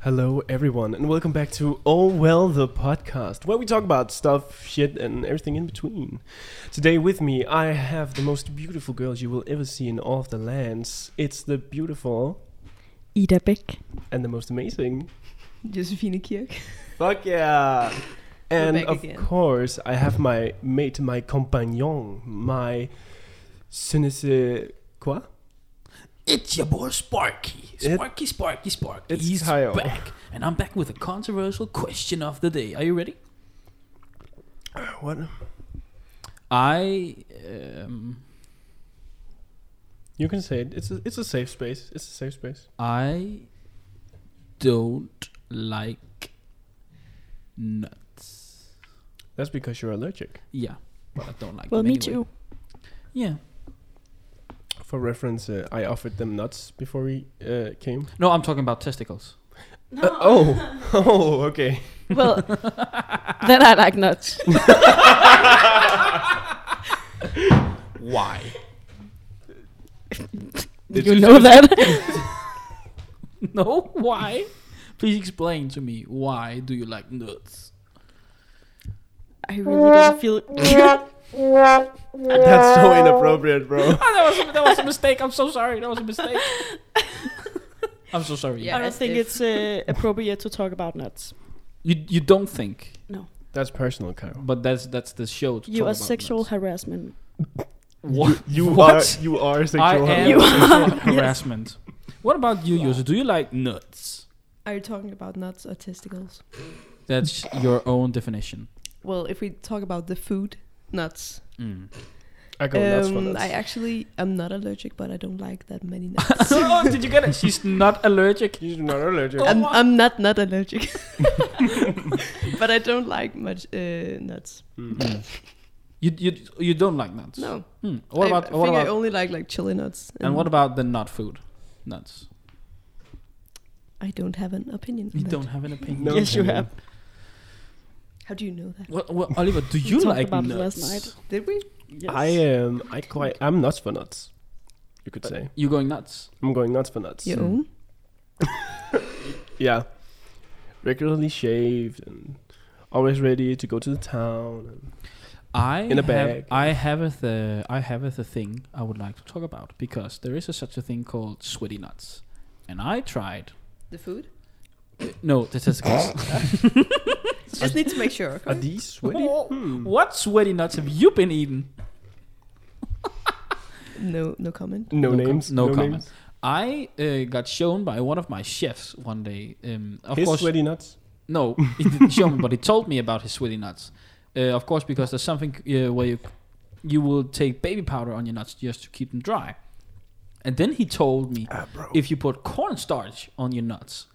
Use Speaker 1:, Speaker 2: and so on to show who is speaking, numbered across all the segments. Speaker 1: Hello, everyone, and welcome back to Oh Well the podcast, where we talk about stuff, shit, and everything in between. Today, with me, I have the most beautiful girls you will ever see in all of the lands. It's the beautiful
Speaker 2: Ida Bæk.
Speaker 1: and the most amazing.
Speaker 3: Josephine Kirk.
Speaker 1: Fuck yeah! And
Speaker 3: We're back
Speaker 1: of
Speaker 3: again.
Speaker 1: course, I have my mate, my compagnon, my cynic. Quoi?
Speaker 4: It's your boy Sparky.
Speaker 1: It-
Speaker 4: Sparky, Sparky, Sparky.
Speaker 1: It's
Speaker 4: He's
Speaker 1: Kyle.
Speaker 4: back. And I'm back with a controversial question of the day. Are you ready?
Speaker 1: What?
Speaker 4: I. Um,
Speaker 1: You can say it. It's a, it's a safe space. It's a safe space.
Speaker 4: I don't like nuts.
Speaker 1: That's because you're allergic.
Speaker 4: Yeah. But I don't like
Speaker 2: Well,
Speaker 4: them
Speaker 2: me
Speaker 4: anyway.
Speaker 2: too.
Speaker 4: Yeah.
Speaker 1: For reference, uh, I offered them nuts before we uh, came.
Speaker 4: No, I'm talking about testicles.
Speaker 1: Uh, oh, oh, okay.
Speaker 2: Well, then I like nuts.
Speaker 4: Why?
Speaker 1: It's-
Speaker 2: you know that.
Speaker 4: no, why? Please explain to me why do you like nuts?
Speaker 3: I really don't feel.
Speaker 1: That's so inappropriate, bro.
Speaker 4: Oh, that was that was a mistake. I'm so sorry. That was a mistake. I'm so sorry.
Speaker 3: Yeah.
Speaker 2: I don't
Speaker 3: as
Speaker 2: think
Speaker 3: if.
Speaker 2: it's uh, appropriate to talk about nuts.
Speaker 4: You you don't think,
Speaker 1: That's personal, Kyle.
Speaker 4: but that's that's the show. To
Speaker 2: You
Speaker 4: talk
Speaker 2: are
Speaker 4: about
Speaker 2: sexual
Speaker 4: nuts.
Speaker 2: harassment.
Speaker 4: What?
Speaker 1: You
Speaker 4: What?
Speaker 1: are you are sexual.
Speaker 4: I am
Speaker 1: harassment.
Speaker 4: sexual harassment. What about you, Yuzu? Do you like nuts?
Speaker 3: Are you talking about nuts or testicles?
Speaker 4: That's your own definition.
Speaker 3: Well, if we talk about the food, nuts.
Speaker 4: Mm.
Speaker 1: I
Speaker 4: Oh,
Speaker 1: go nuts for
Speaker 3: Um,
Speaker 1: nuts.
Speaker 3: I actually am not allergic, but I don't like that many nuts.
Speaker 4: oh, did you get it? She's not allergic.
Speaker 1: You're not allergic.
Speaker 3: I'm, I'm not not allergic, but I don't like much uh, nuts.
Speaker 1: Mm.
Speaker 4: You you you don't like nuts.
Speaker 3: No,
Speaker 4: Hmm. What
Speaker 3: I
Speaker 4: about what
Speaker 3: I think I
Speaker 4: about
Speaker 3: only like like chili nuts.
Speaker 4: and what about the nut food? Nuts.
Speaker 3: I don't have an opinion. on
Speaker 4: You
Speaker 3: that.
Speaker 4: don't have an opinion.
Speaker 1: No
Speaker 2: Yes, you
Speaker 1: opinion.
Speaker 2: have.
Speaker 3: How do you know that?
Speaker 4: Well, well, Oliver, do
Speaker 2: We
Speaker 4: you
Speaker 2: talked
Speaker 4: like
Speaker 2: about it
Speaker 4: nuts?
Speaker 2: last night.
Speaker 3: Did we?
Speaker 1: I
Speaker 4: uh,
Speaker 1: am. I quite. I'm nuts for nuts. You could say.
Speaker 4: You going nuts?
Speaker 1: I'm going nuts for nuts.
Speaker 3: Your own?
Speaker 1: Yeah. Regularly shaved and always ready to go to the town. And
Speaker 4: I
Speaker 1: In a
Speaker 4: have,
Speaker 1: bag.
Speaker 4: I have a th- I have a th- thing I would like to talk about because there is a, such a thing called sweaty nuts, and I tried.
Speaker 3: The food?
Speaker 4: No, the testicles.
Speaker 3: Just need to make sure.
Speaker 1: are these sweaty?
Speaker 4: Oh.
Speaker 1: Hmm.
Speaker 4: what sweaty nuts have you been eating?
Speaker 3: No, no comment.
Speaker 1: No,
Speaker 4: com-
Speaker 1: names.
Speaker 4: no, comment.
Speaker 1: names.
Speaker 4: I uh, got shown by one of my chefs one day. Um, of
Speaker 1: His
Speaker 4: course,
Speaker 1: sweaty nuts.
Speaker 4: no, he didn't show me, but he told me about his sweaty nuts. Uh, of course, because there's something uh, where you you will take baby powder on your nuts just to keep them dry. And then he told me
Speaker 1: Ah, bro.
Speaker 4: if you put cornstarch on your nuts,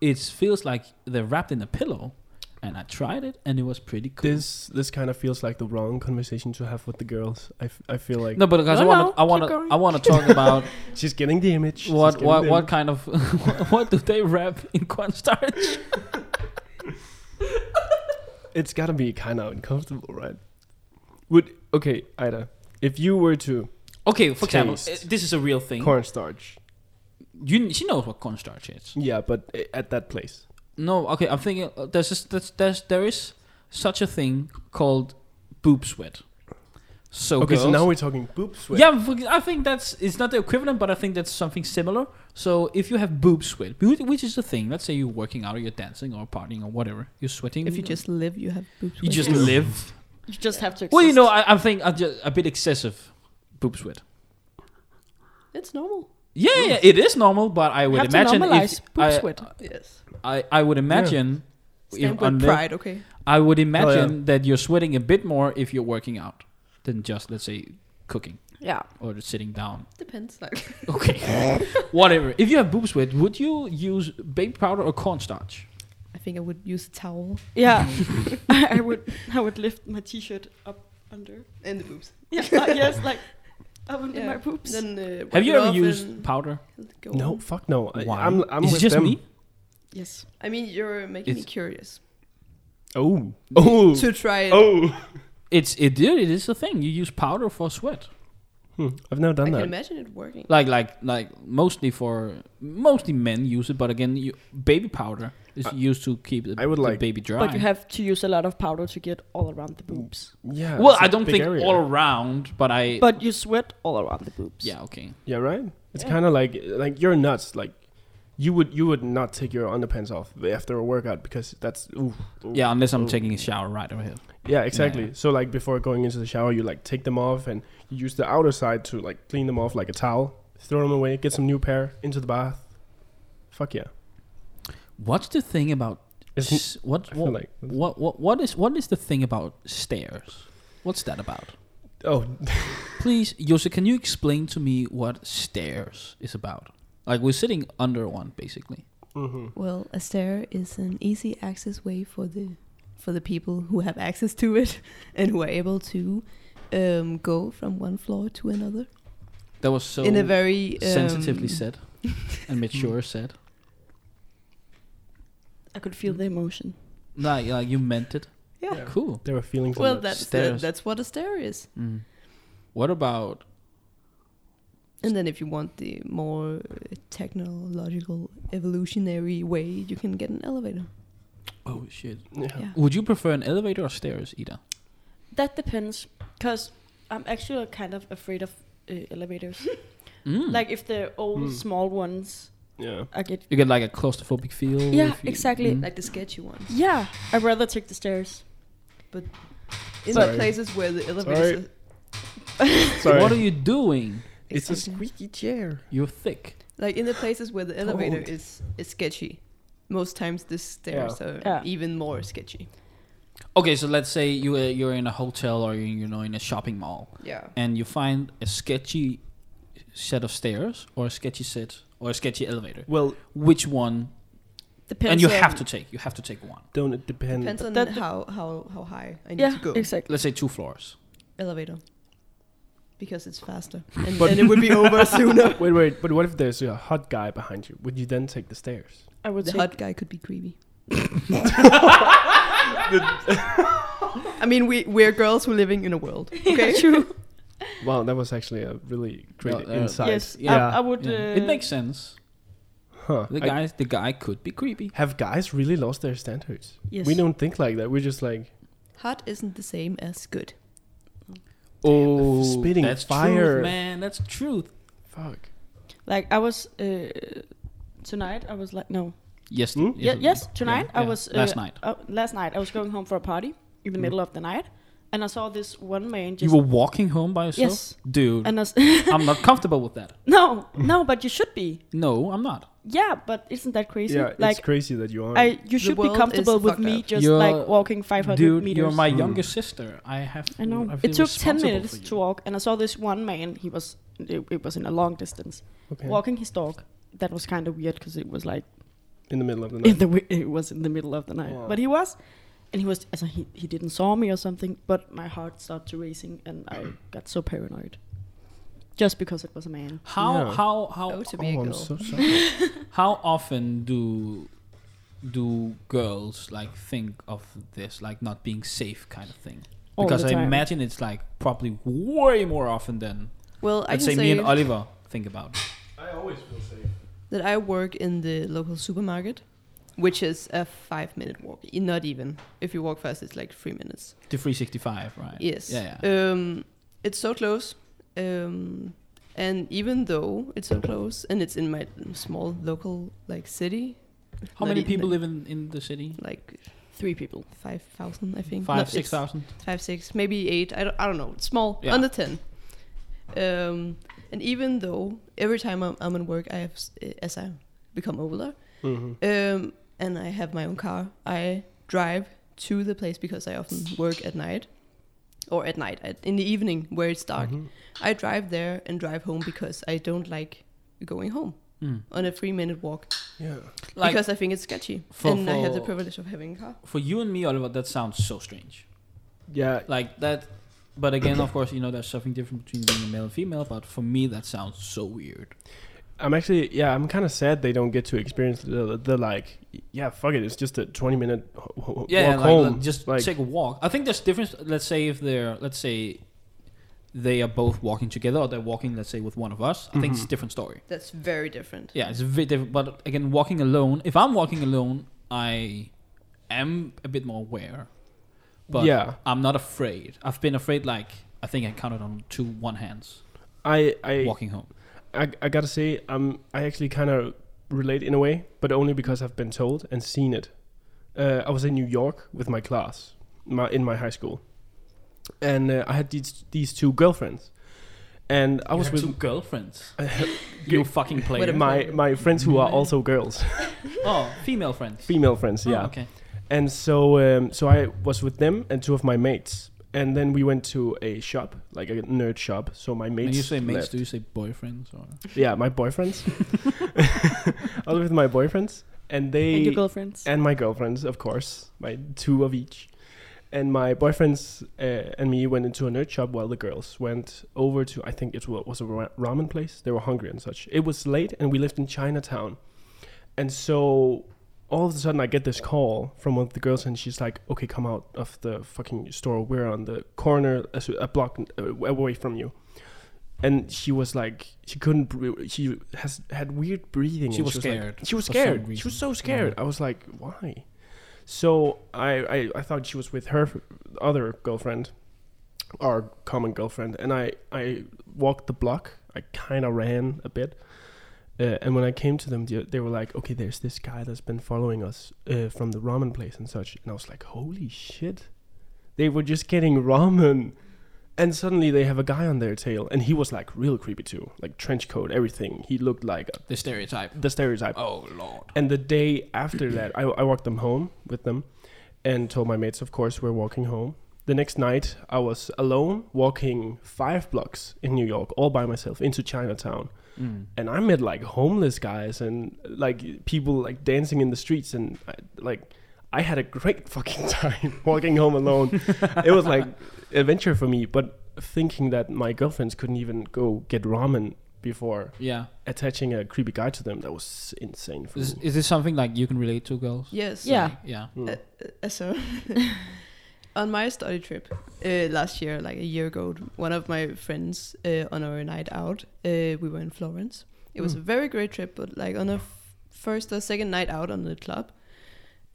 Speaker 4: it feels like they're wrapped in a pillow. And I tried it, and it was pretty cool.
Speaker 1: This this kind of feels like the wrong conversation to have with the girls. I, f- I feel like
Speaker 4: no, but because
Speaker 2: No,
Speaker 4: I
Speaker 2: no,
Speaker 4: want to, I
Speaker 2: keep
Speaker 4: want to,
Speaker 2: going.
Speaker 4: I want to talk about
Speaker 1: she's getting the image. She's
Speaker 4: what,
Speaker 1: getting
Speaker 4: what,
Speaker 1: the
Speaker 4: what
Speaker 1: image.
Speaker 4: kind of, what do they wrap in cornstarch?
Speaker 1: It's gotta be kind of uncomfortable, right? Would okay, Ida, if you were to
Speaker 4: Okay, for example,
Speaker 1: Taste.
Speaker 4: uh, this is a real thing.
Speaker 1: cornstarch,
Speaker 4: you, she knows what cornstarch is.
Speaker 1: yeah, but i- at that place,
Speaker 4: No, okay, I'm thinking uh, there's, this, there's, there's there is such a thing called boob sweat. So
Speaker 1: okay, so
Speaker 4: girls-
Speaker 1: now we're talking boob sweat.
Speaker 4: Yeah, for- I think that's it's not the equivalent, but I think that's something similar. So if you have boob sweat, whi- which is the thing, let's say you're working out or you're dancing or partying or whatever, you're sweating.
Speaker 3: If you just live, you have boobs.
Speaker 4: you just live.
Speaker 2: You just have to. Exist.
Speaker 4: Well, you know, I, I think I ju- a bit excessive boob sweat.
Speaker 3: It's normal.
Speaker 4: Yeah,
Speaker 1: Mm.
Speaker 4: yeah, it is normal, but I would
Speaker 2: have
Speaker 4: imagine
Speaker 2: to normalize
Speaker 4: if
Speaker 2: boob
Speaker 4: I, uh,
Speaker 2: sweat.
Speaker 3: Yes.
Speaker 4: I, I would imagine if
Speaker 3: Stand with
Speaker 4: unless-
Speaker 3: pride, okay?
Speaker 4: I would imagine that you're sweating a bit more if you're working out than just let's say cooking
Speaker 2: Yeah.
Speaker 4: or just sitting down.
Speaker 3: Depends. Like.
Speaker 4: Okay. Whatever. If you have boob sweat, would you use baby powder or cornstarch?
Speaker 3: I think I would use a towel
Speaker 2: Yeah. I would. I would lift my t-shirt up under.
Speaker 3: and the boobs.
Speaker 2: Yeah. uh, yes, like up under
Speaker 3: Yeah.
Speaker 2: my boobs.
Speaker 3: Then uh, wipe
Speaker 4: Have you
Speaker 3: it
Speaker 4: ever
Speaker 3: off
Speaker 4: used
Speaker 3: and
Speaker 4: powder?
Speaker 3: go
Speaker 1: No,
Speaker 3: on.
Speaker 1: fuck no. I, I'm I'm
Speaker 4: Is it
Speaker 1: with
Speaker 4: just
Speaker 1: them.
Speaker 4: me?
Speaker 2: yes.
Speaker 3: I mean, you're making me
Speaker 4: It's-
Speaker 3: curious
Speaker 1: Oh, oh,
Speaker 3: to try it.
Speaker 1: oh.
Speaker 4: It's it, it is a thing. You use powder for sweat.
Speaker 1: Hmm, I've never
Speaker 3: I
Speaker 1: done
Speaker 3: can
Speaker 1: that.
Speaker 3: imagine it working.
Speaker 4: Like like like mostly for mostly men use it, but again, you, baby powder is
Speaker 1: I-
Speaker 4: used to keep the,
Speaker 1: I would
Speaker 4: the
Speaker 1: like-
Speaker 4: baby dry.
Speaker 2: But you have to use a lot of powder to get all around the boobs.
Speaker 1: Yeah.
Speaker 4: well,
Speaker 1: it's a
Speaker 4: I don't
Speaker 1: big
Speaker 4: think
Speaker 1: area.
Speaker 4: all around, but I
Speaker 2: But you sweat all around the boobs.
Speaker 4: yeah okay.
Speaker 1: Yeah, right. It's
Speaker 3: Yeah.
Speaker 1: kind of like like you're nuts. Like you would you would not take your underpants off after a workout because that's ooh, ooh.
Speaker 4: Yeah, unless I'm
Speaker 1: Oh.
Speaker 4: taking a shower right over here.
Speaker 1: yeah exactly. So like before going into the shower, you like take them off and you use the outer side to like clean them off like a towel. Throw them away. Get some new pair into the bath. Fuck yeah.
Speaker 4: What's the thing about
Speaker 1: Isn't-
Speaker 4: s- what
Speaker 1: I feel
Speaker 4: what,
Speaker 1: like
Speaker 4: what what what is what is the thing about stairs? What's that about?
Speaker 1: oh
Speaker 4: Please, Jose, can you explain to me what stairs is about? Like we're sitting under one basically.
Speaker 1: mhm.
Speaker 3: Well, a stair is an easy access way for the for the people who have access to it and who are able to um, go from one floor to another
Speaker 4: That was so
Speaker 3: in a very um,
Speaker 4: sensitively said and mature said.
Speaker 2: I could feel the emotion.
Speaker 4: Like, like you meant it.
Speaker 3: Yeah.
Speaker 1: Yeah.
Speaker 4: Cool.
Speaker 1: There were feelings.
Speaker 3: Well,
Speaker 1: on that.
Speaker 3: that's
Speaker 4: Stairs.
Speaker 3: that's what a stair is.
Speaker 4: Mm. What about
Speaker 3: And then, if you want the more uh, technological, evolutionary way, you can get an elevator.
Speaker 4: oh shit?
Speaker 1: yeah.
Speaker 3: Yeah.
Speaker 4: Would you prefer an elevator or stairs, Ida?
Speaker 2: That depends, because I'm actually kind of afraid of uh, elevators.
Speaker 4: Mm.
Speaker 2: Like if they're old
Speaker 1: Mm.
Speaker 2: small ones,
Speaker 1: yeah.
Speaker 2: I get.
Speaker 4: you get like a claustrophobic feel.
Speaker 2: Yeah,
Speaker 4: if you-
Speaker 2: exactly.
Speaker 4: Mm.
Speaker 3: Like the sketchy ones.
Speaker 2: Yeah, I'd rather take the stairs.
Speaker 3: In
Speaker 1: Sorry.
Speaker 3: the places where the
Speaker 1: Sorry.
Speaker 3: elevators are
Speaker 1: Sorry.
Speaker 4: What are you doing?
Speaker 1: it's a
Speaker 3: Exactly.
Speaker 1: squeaky chair.
Speaker 4: You're thick.
Speaker 3: Like in the places where the elevator
Speaker 1: Don't.
Speaker 3: is, is sketchy, most times the stairs are
Speaker 2: Yeah.
Speaker 3: even more sketchy.
Speaker 4: Okay, so let's say you uh, you're in a hotel or you you know in a shopping mall,
Speaker 3: Yeah.
Speaker 4: and you find a sketchy set of stairs or a sketchy set or a sketchy elevator.
Speaker 1: Well,
Speaker 4: Which one?
Speaker 2: Depends.
Speaker 4: and you
Speaker 2: on-
Speaker 4: have to take. You have to take one.
Speaker 1: don't it depend?
Speaker 3: Depends on
Speaker 2: That-
Speaker 3: how, how, how high I need
Speaker 2: Yeah,
Speaker 3: to go.
Speaker 2: exactly.
Speaker 4: Let's say two floors.
Speaker 3: Elevator. Because it's faster. And
Speaker 1: But-
Speaker 3: then it would be over sooner.
Speaker 1: Wait, wait. But what if there's a hot guy behind you? Would you then take the stairs?
Speaker 2: I would
Speaker 3: The
Speaker 2: take.
Speaker 3: hot guy could be creepy. I mean, we, we're girls who living in a world. Okay?
Speaker 2: true.
Speaker 1: Wow, that was actually a really great
Speaker 4: Well, uh,
Speaker 1: insight.
Speaker 2: Yes, I-
Speaker 1: Yeah.
Speaker 2: I, would.
Speaker 4: Yeah.
Speaker 2: Uh,
Speaker 4: it makes sense.
Speaker 1: Huh.
Speaker 4: The
Speaker 1: I-
Speaker 4: guy, the guy could be creepy.
Speaker 1: have guys really lost their standards?
Speaker 2: Yes.
Speaker 1: We don't think like that. We're just like,
Speaker 3: Hot isn't the same as good.
Speaker 1: oh, spitting
Speaker 4: that's
Speaker 1: fire.
Speaker 4: truth, man. That's truth.
Speaker 1: Fuck.
Speaker 2: Like I was uh, tonight. I was like no.
Speaker 4: Yes.
Speaker 1: Hmm?
Speaker 2: Yeah, yes, tonight I was, uh,
Speaker 4: last night.
Speaker 2: Uh, last night I was going home for a party in the middle of the night, and I saw this one man
Speaker 4: Mm-hmm. You
Speaker 2: just.
Speaker 4: were walking home by yourself,
Speaker 2: yes.
Speaker 4: dude.
Speaker 2: And I was,
Speaker 4: I'm not comfortable with that.
Speaker 2: no, no, but you should be.
Speaker 4: No, I'm not.
Speaker 2: Yeah, but isn't that crazy?
Speaker 1: Yeah, it's
Speaker 2: like
Speaker 1: crazy that you aren't.
Speaker 2: I, you
Speaker 3: The
Speaker 2: should be
Speaker 3: world is
Speaker 2: comfortable with
Speaker 3: fucked
Speaker 2: me
Speaker 3: up.
Speaker 2: just
Speaker 4: You're-
Speaker 2: like walking 500
Speaker 4: Dude,
Speaker 2: meters.
Speaker 4: you're my
Speaker 1: Mm.
Speaker 4: younger sister. I have.
Speaker 2: I know.
Speaker 4: I feel
Speaker 2: it took 10
Speaker 4: responsible
Speaker 2: minutes
Speaker 4: for you.
Speaker 2: to walk, and I saw this one man. He was it, it was in a long distance
Speaker 1: okay.
Speaker 2: walking his dog. That was kind of weird because it was like
Speaker 1: in the middle of the
Speaker 2: in
Speaker 1: night.
Speaker 2: the wi- it was in the middle of the night.
Speaker 1: Wow.
Speaker 2: But he was, and he was. So he he didn't saw me or something. But my heart started racing, and I got so paranoid, just because it was a man.
Speaker 4: How
Speaker 1: Yeah.
Speaker 4: how
Speaker 3: Oh,
Speaker 4: how
Speaker 3: to be a
Speaker 1: Oh, I'm
Speaker 3: girl.
Speaker 1: so sorry.
Speaker 4: how often do do girls like think of this like not being safe kind of thing?
Speaker 2: All
Speaker 4: Because
Speaker 2: the
Speaker 4: I
Speaker 2: time.
Speaker 4: imagine it's like probably way more often than
Speaker 3: well, I
Speaker 4: let's
Speaker 3: can
Speaker 4: say,
Speaker 3: say,
Speaker 4: me and Oliver think about.
Speaker 1: I always feel safe.
Speaker 3: that I work in the local supermarket, which is a five minute walk. E- Not even. If you walk fast, it's like three minutes.
Speaker 4: The 365, right?
Speaker 3: Yes.
Speaker 4: Yeah. yeah.
Speaker 3: Um, it's so close. Um, and even though it's so close and it's in my small local like city,
Speaker 4: How
Speaker 3: not
Speaker 4: many
Speaker 3: even,
Speaker 4: people
Speaker 3: like,
Speaker 4: live in, in the city?
Speaker 3: Like
Speaker 2: Three people.
Speaker 3: five thousand, I think. No,
Speaker 4: Five,
Speaker 3: it's
Speaker 4: six thousand.
Speaker 3: Five, six, maybe eight. I don't, I don't know. It's small,
Speaker 4: Yeah.
Speaker 3: under ten. Um, and even though every time I'm, I'm in work, I have s- as I become older,
Speaker 1: hmm
Speaker 3: um, and I have my own car. I drive to the place because I often work at night, or at night at, in the evening where it's dark.
Speaker 1: Mm-hmm.
Speaker 4: Mm-hmm.
Speaker 3: I drive there and drive home because I don't like going home
Speaker 1: Hmm.
Speaker 4: Mm.
Speaker 3: on a three-minute walk
Speaker 1: Yeah.
Speaker 4: Like
Speaker 3: because I think it's sketchy,
Speaker 4: For-
Speaker 3: and I have the
Speaker 4: for-
Speaker 3: privilege of having a car.
Speaker 4: for you and me, Oliver, that sounds so strange.
Speaker 1: Yeah.
Speaker 4: Like that. But again, of course, you know, there's something different between being a male and female. But for me, that sounds so weird.
Speaker 1: I'm actually, yeah, I'm kind of sad they don't get to experience the, the like, yeah, fuck it, it's just a 20 minute ho- ho- ho-
Speaker 4: yeah,
Speaker 1: walk
Speaker 4: like,
Speaker 1: home.
Speaker 4: like, just
Speaker 1: Like-
Speaker 4: take a walk. I think there's difference. Let's say if they're let's say they are both walking together, or they're walking, let's say, with one of us, I think it's a
Speaker 1: Mhm.
Speaker 4: different story.
Speaker 3: That's very different.
Speaker 4: Yeah, it's very different. But again, walking alone, if I'm walking alone, I am a bit more aware. But
Speaker 1: yeah,
Speaker 4: I'm not afraid. I've been afraid, like, I think I counted on two one hands
Speaker 1: I I,
Speaker 4: walking home.
Speaker 1: I I gotta say, um, I actually kind of relate in a way, but only because I've been told and seen it. Uh, I was in New York with my class, my in my high school, and uh, I had these these two girlfriends, and I
Speaker 4: You
Speaker 1: was
Speaker 4: have
Speaker 1: with
Speaker 4: two girlfriends. you fucking player.
Speaker 1: my my friends who are also girls,
Speaker 4: oh, female friends.
Speaker 1: female friends.
Speaker 4: Oh,
Speaker 1: Yeah.
Speaker 4: okay.
Speaker 1: And so, um, so I was with them and two of my mates, and then we went to a shop, like a nerd shop. So my mates.
Speaker 4: When you say mates,
Speaker 1: left.
Speaker 4: do you say boyfriends or?
Speaker 1: Yeah, my boyfriends. I was with my boyfriends, and they
Speaker 2: and your girlfriends.
Speaker 1: and my girlfriends, of course, my two of each. And my boyfriends uh, and me went into a nerd shop while the girls went over to, I think it wa- was a ra- ramen place. They were hungry and such. It was late and we lived in Chinatown. And so all of a sudden I get this call from one of the girls and she's like, okay, come out of the fucking store. We're on the corner, a, s- a block uh, away from you. And she was like, she couldn't, bre- she has had weird breathing.
Speaker 4: She
Speaker 1: and
Speaker 4: was
Speaker 1: like-
Speaker 4: scared
Speaker 1: she was
Speaker 4: for some
Speaker 1: scared. She
Speaker 4: reason.
Speaker 1: was so scared. I was like, why? So I, I, I thought she was with her f- other girlfriend, our common girlfriend, and I, I walked the block. I kind of ran a bit. Uh, and when I came to them, they they were like, okay, there's this guy that's been following us uh, from the ramen place and such. And I was like, holy shit. They were just getting ramen. And suddenly they have a guy on their tail. And he was like real creepy too, like trench coat, everything. He looked like
Speaker 4: The stereotype.
Speaker 1: the stereotype.
Speaker 4: Oh lord.
Speaker 1: And the day after that, I, I walked them home with them and told my mates, of course, we're walking home. The next night, I was alone walking five blocks in New York all by myself into Chinatown.
Speaker 4: Mm.
Speaker 1: And I met like homeless guys and like people like dancing in the streets. And I, like, I had a great fucking time walking home alone. it was like adventure for me. But thinking that my girlfriends couldn't even go get ramen before
Speaker 4: Yeah.
Speaker 1: attaching a creepy guy to them, that was insane for
Speaker 4: Is,
Speaker 1: me.
Speaker 4: is this something like you can relate to, girls?
Speaker 3: Yes.
Speaker 2: Yeah.
Speaker 4: Yeah.
Speaker 1: Mm.
Speaker 3: Uh, So, on my study trip uh, last year, like a year ago, one of my friends uh, on our night out, uh, we were in Florence. It
Speaker 1: Mm.
Speaker 3: was a very great trip, but like on the f- first or second night out on the club,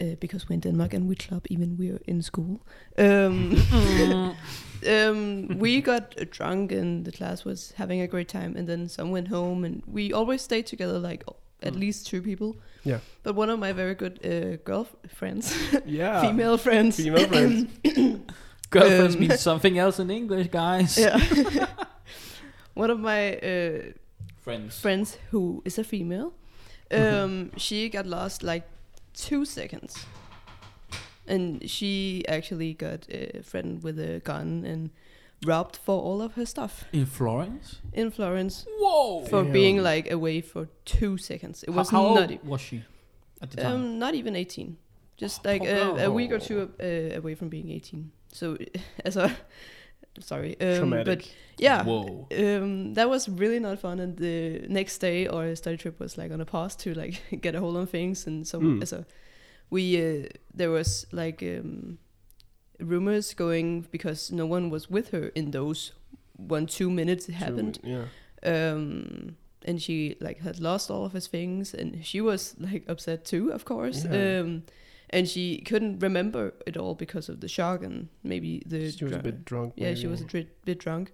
Speaker 3: uh, because we're in Denmark and we club even we're in school. Um,
Speaker 2: Mm.
Speaker 3: um, we got drunk and the class was having a great time, and then some went home, and we always stayed together, like at
Speaker 4: Mm.
Speaker 3: least two people.
Speaker 1: Yeah.
Speaker 3: But one of my very good uh, girlfriends
Speaker 1: Yeah.
Speaker 3: female friends.
Speaker 1: Ah, Female friends.
Speaker 4: Girlfriends
Speaker 3: Um,
Speaker 4: means something else in English, guys.
Speaker 3: Yeah. One of my uh,
Speaker 4: Friends.
Speaker 3: friends who is a female, um,
Speaker 1: Mm-hmm.
Speaker 3: she got lost like two seconds, and she actually got uh, threatened with a gun and robbed for all of her stuff
Speaker 4: In Florence?
Speaker 3: in Florence
Speaker 4: Whoa.
Speaker 3: for being
Speaker 1: Damn.
Speaker 3: like away for two seconds. It was
Speaker 4: how, how
Speaker 3: not. e-
Speaker 4: old was she at the time?
Speaker 3: Um, not even 18. Just
Speaker 4: Oh,
Speaker 3: like
Speaker 4: poor
Speaker 3: a, a week or
Speaker 4: girl.
Speaker 3: two uh, away from being 18. So, as a. Sorry. Um,
Speaker 1: Traumatic.
Speaker 3: but yeah.
Speaker 4: Whoa.
Speaker 3: Um, that was really not fun. And the next day, our study trip was like on a pause to like get a hold on things. And so,
Speaker 4: Hmm.
Speaker 1: Mm.
Speaker 3: so we. Uh, there was like um, rumors going because no one was with her in those one, two minutes it happened
Speaker 1: Yeah.
Speaker 3: um and she like had lost all of his things and she was like upset too of course
Speaker 1: Yeah.
Speaker 3: um and she couldn't remember it all because of the shock and maybe the
Speaker 1: she was a
Speaker 3: dr-
Speaker 1: bit drunk.
Speaker 3: yeah she was a
Speaker 1: maybe.
Speaker 3: dri- bit drunk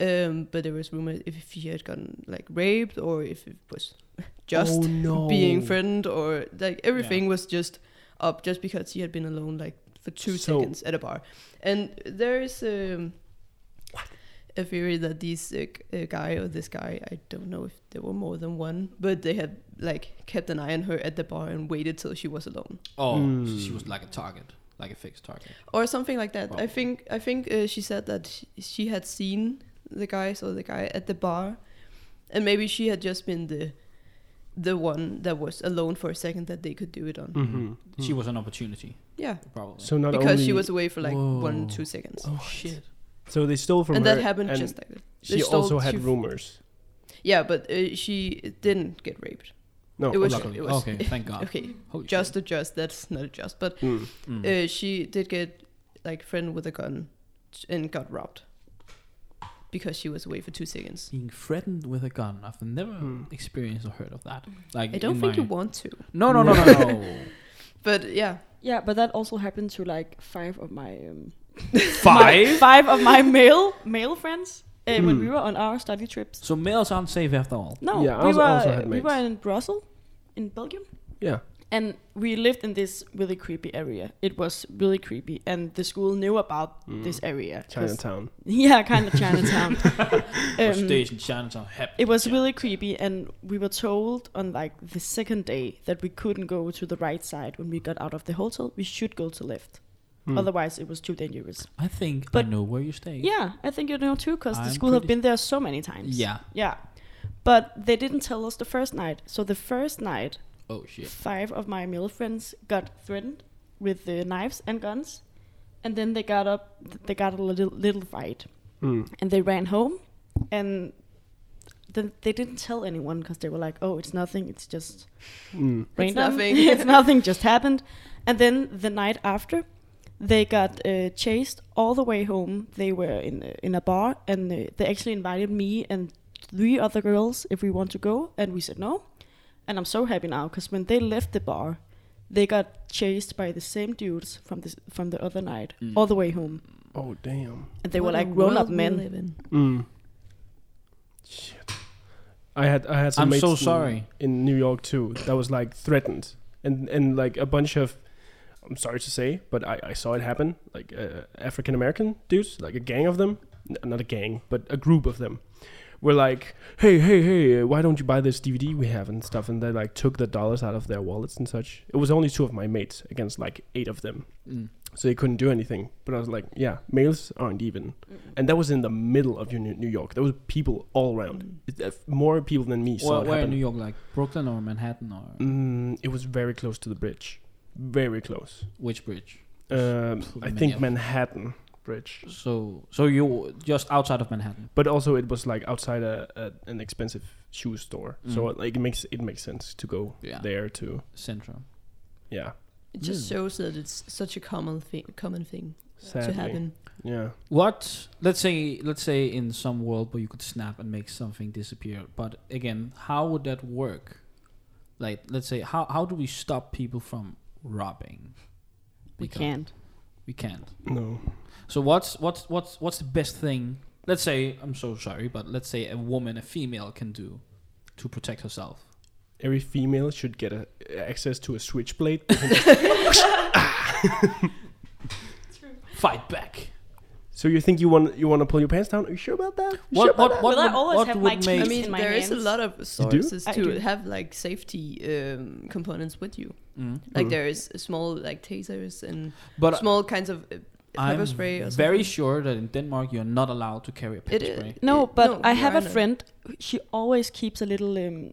Speaker 3: um but there was rumor if she had gotten like raped or if it was just
Speaker 1: Oh, no.
Speaker 3: being threatened or like everything was just up just because he had been alone like for two
Speaker 1: So-
Speaker 3: seconds at a bar and there is um, a theory that these uh, g- uh, guy or this guy i don't know if there were more than one but they had like kept an eye on her at the bar and waited till she was alone
Speaker 4: Oh,
Speaker 1: Mm.
Speaker 3: Hmm.
Speaker 4: so she was like a target, like a fixed target.
Speaker 3: or something like that i
Speaker 4: Wow.
Speaker 3: think i think uh, she said that she, she had seen the guys or the guy at the bar and maybe she had just been the the one that was alone for a second that they could do it on
Speaker 1: Mhm.
Speaker 3: Hmm.
Speaker 4: She was an opportunity,
Speaker 3: yeah
Speaker 4: probably.
Speaker 1: So not
Speaker 3: because she
Speaker 1: only-
Speaker 3: was away for like one
Speaker 4: Whoa.
Speaker 3: two seconds
Speaker 1: Oh
Speaker 4: shit.
Speaker 1: So they stole from
Speaker 3: and
Speaker 1: her.
Speaker 3: that happened
Speaker 1: and
Speaker 3: just like that they
Speaker 1: She
Speaker 3: stole-
Speaker 1: also had
Speaker 3: she f-
Speaker 1: rumors.
Speaker 3: yeah but uh, she didn't get raped
Speaker 1: No.
Speaker 3: it was,
Speaker 4: Luckily.
Speaker 3: it was
Speaker 4: okay, thank
Speaker 1: Oh,
Speaker 4: God.
Speaker 3: okay
Speaker 4: Holy
Speaker 3: just a just that's not a just but
Speaker 1: Mm.
Speaker 4: shit. Mm.
Speaker 3: uh, she did get like friend with a gun and got robbed because she was away for two seconds.
Speaker 4: Being threatened with a gun. I've never
Speaker 1: Hmm.
Speaker 4: experienced or heard of that. Like
Speaker 3: I don't
Speaker 4: in
Speaker 3: think you
Speaker 4: my-
Speaker 3: want to,
Speaker 4: No, no, no, no, no.
Speaker 3: but yeah,
Speaker 2: Yeah, but that also happened to like five of my um, my-
Speaker 4: Five.
Speaker 2: five of my male male friends uh, when
Speaker 1: Mm.
Speaker 2: we were on our study trips.
Speaker 4: So males aren't safe after all.
Speaker 2: No,
Speaker 1: Yeah, I
Speaker 2: we
Speaker 1: also-
Speaker 2: were
Speaker 1: I also had
Speaker 2: we
Speaker 1: mates.
Speaker 2: were in Brussels, in Belgium,
Speaker 1: Yeah.
Speaker 2: and we lived in this really creepy area. It was really creepy, and the school knew about
Speaker 1: Mm.
Speaker 2: this area. 'cause-
Speaker 1: Chinatown.
Speaker 2: Yeah, kind of Chinatown.
Speaker 4: Or
Speaker 2: Um,
Speaker 4: stays in Chinatown. Happy.
Speaker 2: It was really creepy, and we were told on like the second day that we couldn't go to the right side when we got out of the hotel. We should go to left,
Speaker 1: Hmm.
Speaker 2: otherwise it was too dangerous.
Speaker 4: I think I
Speaker 2: But-
Speaker 4: know where you stay.
Speaker 2: Yeah, I think you know too, because the
Speaker 4: I'm
Speaker 2: school have
Speaker 4: pretty-
Speaker 2: been there so many times.
Speaker 4: Yeah.
Speaker 2: yeah, but they didn't tell us the first night. So the first night,
Speaker 4: Oh shit.
Speaker 2: five of my male friends got threatened with the knives and guns, and then they got up. They got a little little fight,
Speaker 1: Hmm.
Speaker 2: and they ran home and then they didn't tell anyone because they were like oh it's nothing it's just
Speaker 1: Mm.
Speaker 2: random
Speaker 3: nothing."
Speaker 2: it's nothing just happened and then the night after they got uh, chased all the way home they were in in a bar and uh, they actually invited me and three other girls if we want to go and we said no and i'm so happy now because when they left the bar they got chased by the same dudes from this from the other night
Speaker 4: Mm.
Speaker 2: all the way home
Speaker 1: Oh damn.
Speaker 2: and they
Speaker 3: What
Speaker 2: were
Speaker 3: a
Speaker 2: like grown-up
Speaker 3: world we
Speaker 2: men
Speaker 3: live in.
Speaker 1: Mm. Shit. I had I had some
Speaker 4: I'm
Speaker 1: mates
Speaker 4: so
Speaker 1: in-
Speaker 4: sorry.
Speaker 1: in New York too that was like threatened and and like a bunch of I'm sorry to say but I, I saw it happen like uh, African American dudes like a gang of them N- not a gang but a group of them were like hey hey hey uh, why don't you buy this DVD we have and stuff and they like took the dollars out of their wallets and such it was only two of my mates against like eight of them
Speaker 4: Mm.
Speaker 1: so they couldn't do anything. But I was like, yeah, males aren't even. And that was in the middle of New New York. There was people all around. It- uh, more people than me saw
Speaker 4: Mm. Where,
Speaker 1: it
Speaker 4: where in New
Speaker 1: happen.
Speaker 4: York? Like Brooklyn or Manhattan or
Speaker 1: Mm, it was very close to the bridge, very close.
Speaker 4: which bridge?
Speaker 1: Um, I
Speaker 4: Many
Speaker 1: think
Speaker 4: of-
Speaker 1: Manhattan Bridge.
Speaker 4: So, so you just outside of Manhattan.
Speaker 1: But also, it was like outside a, a an expensive shoe store, so
Speaker 4: Mm.
Speaker 1: like it makes it makes sense to go
Speaker 4: Yeah.
Speaker 1: there too.
Speaker 4: Central.
Speaker 1: Yeah,
Speaker 3: It just
Speaker 4: Mm.
Speaker 3: shows that it's such a common thing, common thing
Speaker 1: sadly.
Speaker 3: to happen.
Speaker 1: Yeah.
Speaker 4: What? Let's say, let's say in some world where you could snap and make something disappear. But again, how would that work? Like, let's say, how how do we stop people from robbing?
Speaker 2: we
Speaker 4: Because-
Speaker 2: can't
Speaker 4: We can't.
Speaker 1: No.
Speaker 4: So what's what's what's what's the best thing? Let's say I'm so sorry, but let's say a woman, a female, can do to protect herself.
Speaker 1: Every female should get a, access to a switchblade.
Speaker 4: Fight back.
Speaker 1: so you think you want you want to pull your pants down? Are you sure about that? You sure
Speaker 4: What
Speaker 1: about
Speaker 4: what what,
Speaker 2: Will I
Speaker 4: would,
Speaker 2: always
Speaker 4: what
Speaker 2: have
Speaker 4: would
Speaker 2: my
Speaker 4: make
Speaker 3: I
Speaker 2: It's
Speaker 3: mean,
Speaker 2: in my
Speaker 3: there is a
Speaker 2: hands.
Speaker 3: lot of
Speaker 1: do?
Speaker 3: sources
Speaker 2: I do.
Speaker 3: to have like safety um, components with you.
Speaker 4: Mm.
Speaker 3: Like
Speaker 1: Mm.
Speaker 3: there is small like tasers and
Speaker 4: But
Speaker 3: small kinds of uh,
Speaker 4: I'm
Speaker 3: pepper spray.
Speaker 4: very
Speaker 3: Or something.
Speaker 4: sure that in Denmark you're not allowed to carry a
Speaker 3: It
Speaker 4: pepper
Speaker 3: is-
Speaker 4: spray.
Speaker 2: No,
Speaker 3: It-
Speaker 2: but
Speaker 3: no,
Speaker 2: I
Speaker 3: you
Speaker 2: have a
Speaker 3: are not.
Speaker 2: friend. who- She always keeps a little um,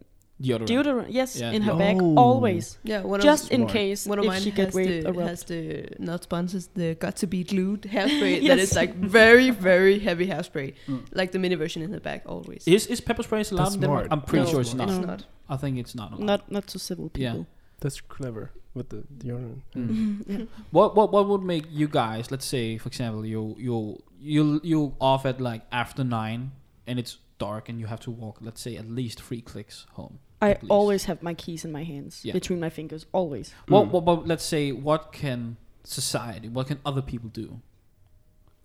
Speaker 4: Deodorant.
Speaker 2: deodorant, yes,
Speaker 4: Yeah,
Speaker 2: in her
Speaker 1: deodorant.
Speaker 2: bag,
Speaker 1: Oh.
Speaker 2: always,
Speaker 3: yeah. One
Speaker 2: just
Speaker 3: of
Speaker 2: in
Speaker 1: Smart.
Speaker 2: case
Speaker 3: one of
Speaker 2: if
Speaker 3: mine
Speaker 2: she
Speaker 3: has
Speaker 2: gets raped
Speaker 3: the,
Speaker 2: or robbed.
Speaker 3: has the not sponsors the got to be glued hairspray that
Speaker 2: Yes.
Speaker 3: is like very very heavy hairspray,
Speaker 4: Mm.
Speaker 3: like the mini version in the back always.
Speaker 4: Is is pepper spray allowed
Speaker 1: That's
Speaker 4: in Denmark?
Speaker 1: smart.
Speaker 4: I'm pretty
Speaker 3: No,
Speaker 4: sure it's
Speaker 1: No.
Speaker 4: not.
Speaker 3: It's not.
Speaker 4: I think it's not allowed.
Speaker 2: Not not to civil
Speaker 4: Yeah.
Speaker 2: people.
Speaker 1: That's clever with the deodorant.
Speaker 4: Mm.
Speaker 2: Yeah.
Speaker 4: What what what would make you guys? Let's say, for example, you you you you off at like after nine and it's dark and you have to walk. Let's say at least three clicks home.
Speaker 2: I
Speaker 4: At least.
Speaker 2: always have my keys in my hands,
Speaker 4: Yeah.
Speaker 2: between my fingers, always.
Speaker 4: What,
Speaker 1: Mm.
Speaker 4: what, what- let's say what can society, what can other people do?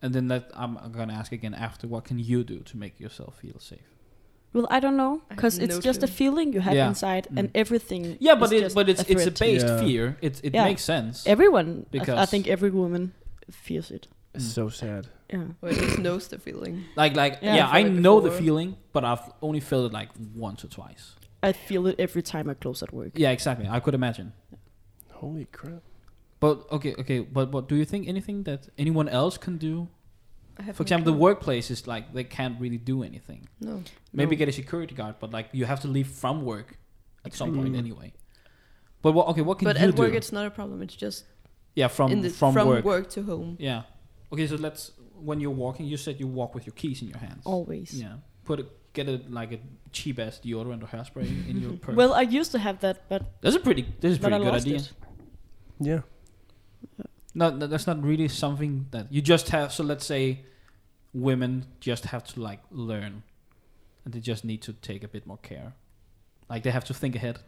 Speaker 4: And then that I'm gonna ask again after. What can you do to make yourself feel safe?
Speaker 2: Well, I don't know,
Speaker 3: I have
Speaker 2: because it's
Speaker 3: no
Speaker 2: just a
Speaker 3: clue.
Speaker 2: feeling you have
Speaker 4: Yeah.
Speaker 2: inside, and
Speaker 4: Mm.
Speaker 2: everything.
Speaker 4: Yeah,
Speaker 2: is
Speaker 4: but it's
Speaker 2: just
Speaker 4: but it's
Speaker 2: a
Speaker 4: it's a
Speaker 2: threat.
Speaker 4: based
Speaker 1: Yeah.
Speaker 4: fear. It it
Speaker 2: Yeah.
Speaker 4: makes sense.
Speaker 2: Everyone, I, th- I
Speaker 4: Because-
Speaker 2: think every woman fears it.
Speaker 1: It's So sad.
Speaker 2: Yeah.
Speaker 3: Or it just knows the feeling.
Speaker 4: like like
Speaker 2: Yeah.
Speaker 4: yeah,
Speaker 3: I've
Speaker 4: I
Speaker 3: felt it
Speaker 4: know the
Speaker 3: before.
Speaker 4: feeling, but I've only felt it like once or twice.
Speaker 2: I feel it every time I close at work.
Speaker 4: Yeah, exactly. I could imagine.
Speaker 1: Holy crap.
Speaker 4: But okay, okay. But but do you think anything that anyone else can do?
Speaker 3: I have
Speaker 4: For
Speaker 3: no
Speaker 4: example, the
Speaker 3: clue.
Speaker 4: workplace is like they can't really do anything.
Speaker 3: No.
Speaker 4: Maybe
Speaker 2: No.
Speaker 4: get a security guard, but like you have to leave from work at some point
Speaker 1: Mm.
Speaker 4: anyway. But what? Okay, what can
Speaker 3: But
Speaker 4: you
Speaker 3: at work,
Speaker 4: do?
Speaker 3: it's not a problem. It's just
Speaker 4: yeah, from
Speaker 3: in the,
Speaker 4: from, work.
Speaker 3: to home.
Speaker 4: Yeah. Okay, so let's when you're walking, you said you walk with your keys in your hands.
Speaker 2: Always.
Speaker 4: Yeah. Put a, get a like a cheap ass deodorant or hairspray in your purse.
Speaker 2: Well, I used to have that, but,
Speaker 4: that's a pretty that's a
Speaker 2: but
Speaker 4: pretty
Speaker 2: I
Speaker 4: good
Speaker 2: lost
Speaker 4: idea.
Speaker 2: it.
Speaker 1: Yeah.
Speaker 4: No, no, that's not really something that you just have. So let's say women just have to like learn, and they just need to take a bit more care. Like they have to think ahead.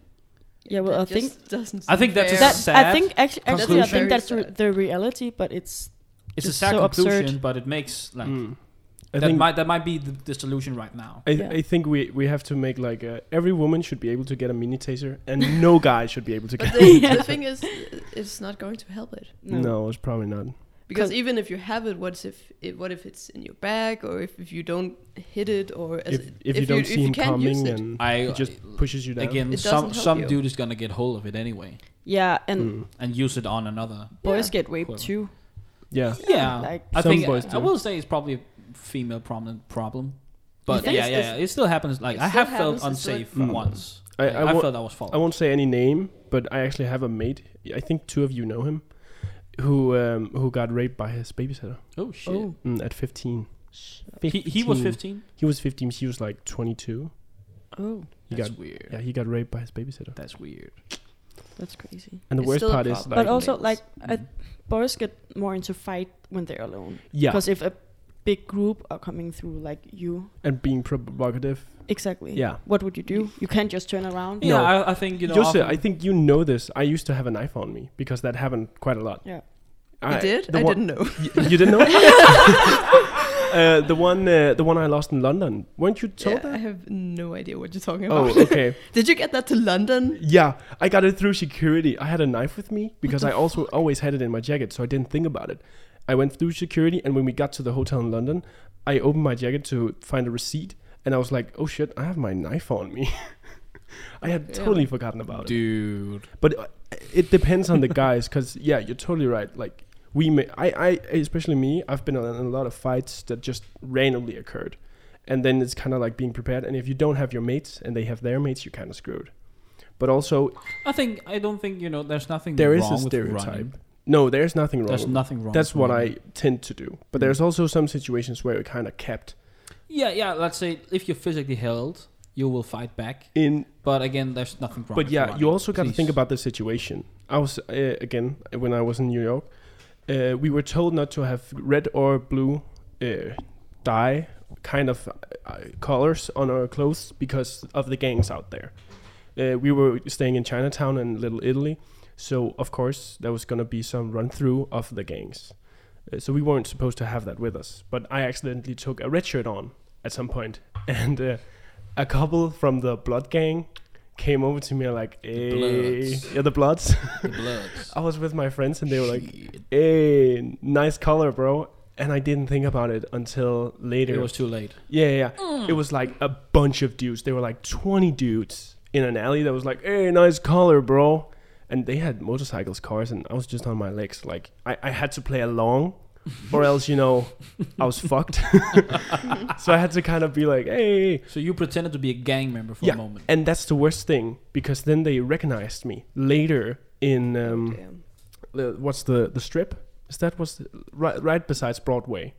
Speaker 2: Yeah, well,
Speaker 3: That
Speaker 2: I think-
Speaker 3: just doesn't.
Speaker 4: I think
Speaker 3: seem
Speaker 4: that's a
Speaker 3: fair.
Speaker 2: That, I
Speaker 4: sad
Speaker 2: think actually, actually I think
Speaker 3: conclusion.
Speaker 2: that's
Speaker 3: Very
Speaker 2: re-
Speaker 3: sad.
Speaker 2: the reality, but it's
Speaker 4: It's
Speaker 2: Just
Speaker 4: a sad
Speaker 2: so absurd.
Speaker 4: conclusion, but it makes like
Speaker 1: Mm. I
Speaker 4: that
Speaker 1: think
Speaker 4: might that might be the, the solution right now.
Speaker 1: I,
Speaker 2: Yeah.
Speaker 1: I think we, we have to make like uh every woman should be able to get a mini taser, and no guy should be able to
Speaker 3: But
Speaker 1: get.
Speaker 3: the, the thing is, it's not going to help it
Speaker 2: no.
Speaker 1: No, it's probably not.
Speaker 3: because
Speaker 2: 'Cause-
Speaker 3: even if you have it, what's if it, what if it's in your bag or if, if you don't hit it or as
Speaker 1: If, if, you don't see him
Speaker 3: can't use
Speaker 1: coming,
Speaker 3: it.
Speaker 1: and
Speaker 4: I uh,
Speaker 1: it just pushes you down.
Speaker 4: again
Speaker 3: It
Speaker 4: some
Speaker 3: doesn't help
Speaker 4: some
Speaker 3: you.
Speaker 4: dude is gonna get hold of it anyway
Speaker 2: Yeah, and
Speaker 1: Mm.
Speaker 4: and use it on another.
Speaker 2: boys
Speaker 3: Yeah.
Speaker 2: get raped
Speaker 4: Whoever.
Speaker 2: too.
Speaker 1: yeah,
Speaker 4: Yeah,
Speaker 2: Like-
Speaker 4: I
Speaker 1: Some
Speaker 4: think
Speaker 1: boys
Speaker 4: I,
Speaker 1: do.
Speaker 4: will say it's probably a female prominent problem, but
Speaker 3: think
Speaker 4: yeah,
Speaker 3: it's-
Speaker 4: yeah, it still happens. Like
Speaker 3: it
Speaker 4: I
Speaker 3: still
Speaker 4: have felt
Speaker 3: happens, it's still-
Speaker 4: unsafe
Speaker 1: Mm.
Speaker 4: once.
Speaker 1: I-
Speaker 4: Like,
Speaker 1: I
Speaker 4: I,
Speaker 1: wa-
Speaker 4: felt I was followed.
Speaker 1: I won't say any name, but I actually have a mate. I think two of you know him, who um, who got raped by his babysitter
Speaker 4: oh shit!
Speaker 1: mm, at 15.
Speaker 4: He, he was
Speaker 1: 15.
Speaker 4: fifteen.
Speaker 1: He was 15. She was like 22.
Speaker 2: Oh,
Speaker 1: He
Speaker 4: That's
Speaker 1: got
Speaker 4: weird.
Speaker 1: yeah, he got raped by his babysitter.
Speaker 4: That's weird.
Speaker 2: that's crazy.
Speaker 1: And the
Speaker 3: It's
Speaker 1: worst
Speaker 3: still a
Speaker 1: part is
Speaker 3: problem.
Speaker 1: like
Speaker 2: but also,
Speaker 3: males.
Speaker 2: like I-
Speaker 4: Mm.
Speaker 2: boys get more into fight when they're alone.
Speaker 1: yeah,
Speaker 2: Because if a big group are coming through, like you,
Speaker 1: and being provocative.
Speaker 2: exactly.
Speaker 1: Yeah.
Speaker 2: What would you do? You can't just turn around.
Speaker 4: Yeah,
Speaker 1: No.
Speaker 4: I, I think you know.
Speaker 1: Jose,
Speaker 4: often-
Speaker 1: I think you know this. I used to have a knife on me because that happened quite a lot.
Speaker 2: Yeah.
Speaker 3: I did.
Speaker 1: the
Speaker 3: I
Speaker 1: one-
Speaker 3: didn't know.
Speaker 1: Y- you didn't know. uh, the one, uh, the one I lost in London. weren't you told
Speaker 3: Yeah, I
Speaker 1: that?
Speaker 3: have no idea what you're talking about.
Speaker 1: Oh, okay.
Speaker 3: Did you get that to London?
Speaker 1: Yeah, I got it through security. I had a knife with me because I also always had it in my jacket, so I didn't think about it. I went through security, and when we got to the hotel in London, I opened my jacket to find a receipt, and I was like, "Oh shit, I have my knife on me." I had
Speaker 3: Yeah.
Speaker 1: totally forgotten about it.
Speaker 4: dude.
Speaker 1: But uh, it depends on the guys, because yeah, you're totally right. Like we, may, I, I, especially me, I've been in a lot of fights that just randomly occurred, and then it's kind of like being prepared. And if you don't have your mates and they have their mates, you're kind of screwed. But also,
Speaker 4: I think I don't think you know. There's nothing.
Speaker 1: there is
Speaker 4: wrong
Speaker 1: a
Speaker 4: with
Speaker 1: stereotype.
Speaker 4: running.
Speaker 1: No, there's nothing wrong.
Speaker 4: There's
Speaker 1: with-
Speaker 4: nothing wrong.
Speaker 1: That's
Speaker 4: with
Speaker 1: what
Speaker 4: running.
Speaker 1: I tend to do. But
Speaker 4: Mm.
Speaker 1: there's also some situations where it kind of kept
Speaker 4: Yeah, yeah. Let's say if you're physically held, you will fight back.
Speaker 1: in.
Speaker 4: But again, there's nothing wrong.
Speaker 1: But
Speaker 4: with
Speaker 1: yeah,
Speaker 4: running.
Speaker 1: you also got to think
Speaker 4: Please.
Speaker 1: about the situation. I was uh, again when I was in New York, uh, we were told not to have red or blue uh, dye kind of uh, colors on our clothes because of the gangs out there. Uh, we were staying in Chinatown and Little Italy, so of course there was going to be some run through of the gangs. Uh, so we weren't supposed to have that with us. But I accidentally took a red shirt on at some point, and uh, a couple from the Blood Gang came over to me and like,
Speaker 4: The
Speaker 1: "Hey,
Speaker 4: Bloods.
Speaker 1: yeah, the Bloods."
Speaker 4: The bloods.
Speaker 1: I was with my friends, and they were like,
Speaker 4: Shit.
Speaker 1: "Hey, nice color, bro." And I didn't think about it until later.
Speaker 4: it was too late.
Speaker 1: Yeah, yeah. yeah. It was like a bunch of dudes. There were like 20 dudes in an alley that was like, hey, nice color, bro. And they had motorcycles, cars, and I was just on my legs. Like, I, I had to play along, or else, you know, I was fucked. so I had to kind of be like, hey.
Speaker 4: So you pretended to be a gang member for
Speaker 1: Yeah.
Speaker 4: a moment.
Speaker 1: And that's the worst thing, because then they recognized me later in, um,
Speaker 3: Damn.
Speaker 1: the- what's the, the strip? Is that was right, right besides Broadway?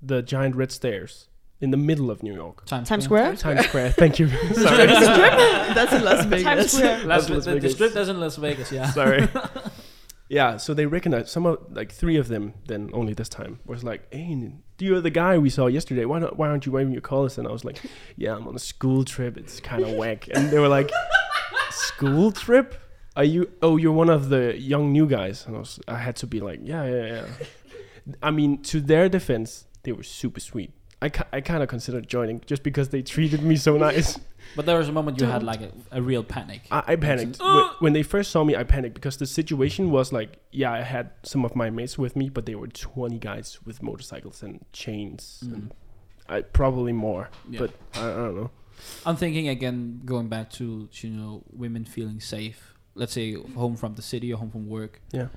Speaker 1: The giant red stairs in the middle of New York.
Speaker 4: Times,
Speaker 2: Times
Speaker 4: Square.
Speaker 2: Square.
Speaker 1: Times Square. Thank you. sorry,
Speaker 3: that's in Las
Speaker 2: Times
Speaker 3: Vegas.
Speaker 2: Square.
Speaker 1: That's
Speaker 4: Las,
Speaker 1: Las
Speaker 4: the, the
Speaker 1: Vegas.
Speaker 4: strip that's in Las Vegas, yeah.
Speaker 1: sorry. Yeah, so they recognized some of like three of them. Then only this time was like, "Hey, you're the guy we saw yesterday. Why not? Why aren't you wearing your collars?" And I was like, "Yeah, I'm on a school trip. It's kind of whack." And they were like, "School trip? Are you? Oh, you're one of the young new guys." And I was, I had to be like, "Yeah, yeah, yeah." I mean, to their defense, they were super sweet. I, ki- I kind of considered joining just because they treated me so nice.
Speaker 4: But there was a moment you had like a, a real panic.
Speaker 1: I, I panicked Wh- when they first saw me. I panicked because the situation was like, yeah, I had some of my mates with me, but they were twenty guys with motorcycles and chains,
Speaker 4: Mm.
Speaker 1: and I, probably more.
Speaker 4: Yeah.
Speaker 1: Mm. But I, I don't know.
Speaker 4: I'm thinking again, going back to you know women feeling safe. Let's say home from the city or home from work.
Speaker 1: Yeah.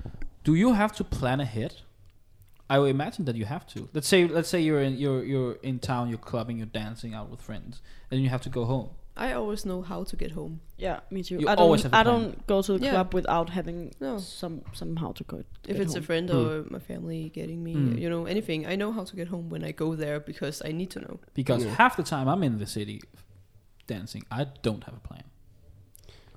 Speaker 4: Do you have to plan ahead? I would imagine that you have to. Let's say let's say you're in you're you're in town, you're clubbing, you're dancing out with friends, and you have to go home.
Speaker 3: I always know how to get home.
Speaker 2: Yeah, me too.
Speaker 4: You
Speaker 2: I don't.
Speaker 4: always have a
Speaker 2: I
Speaker 4: plan.
Speaker 2: don't go to the
Speaker 3: Yeah. Oh.
Speaker 2: club without having
Speaker 3: No.
Speaker 2: some somehow to go.
Speaker 3: If
Speaker 2: get
Speaker 3: it's a
Speaker 2: home.
Speaker 3: friend
Speaker 1: Mm.
Speaker 3: or my family getting me,
Speaker 2: Hmm.
Speaker 4: Mm.
Speaker 3: you know, anything, I know how to get home when I go there because I need to know.
Speaker 4: Because
Speaker 1: Yeah.
Speaker 4: half the time I'm in the city dancing, I don't have a plan.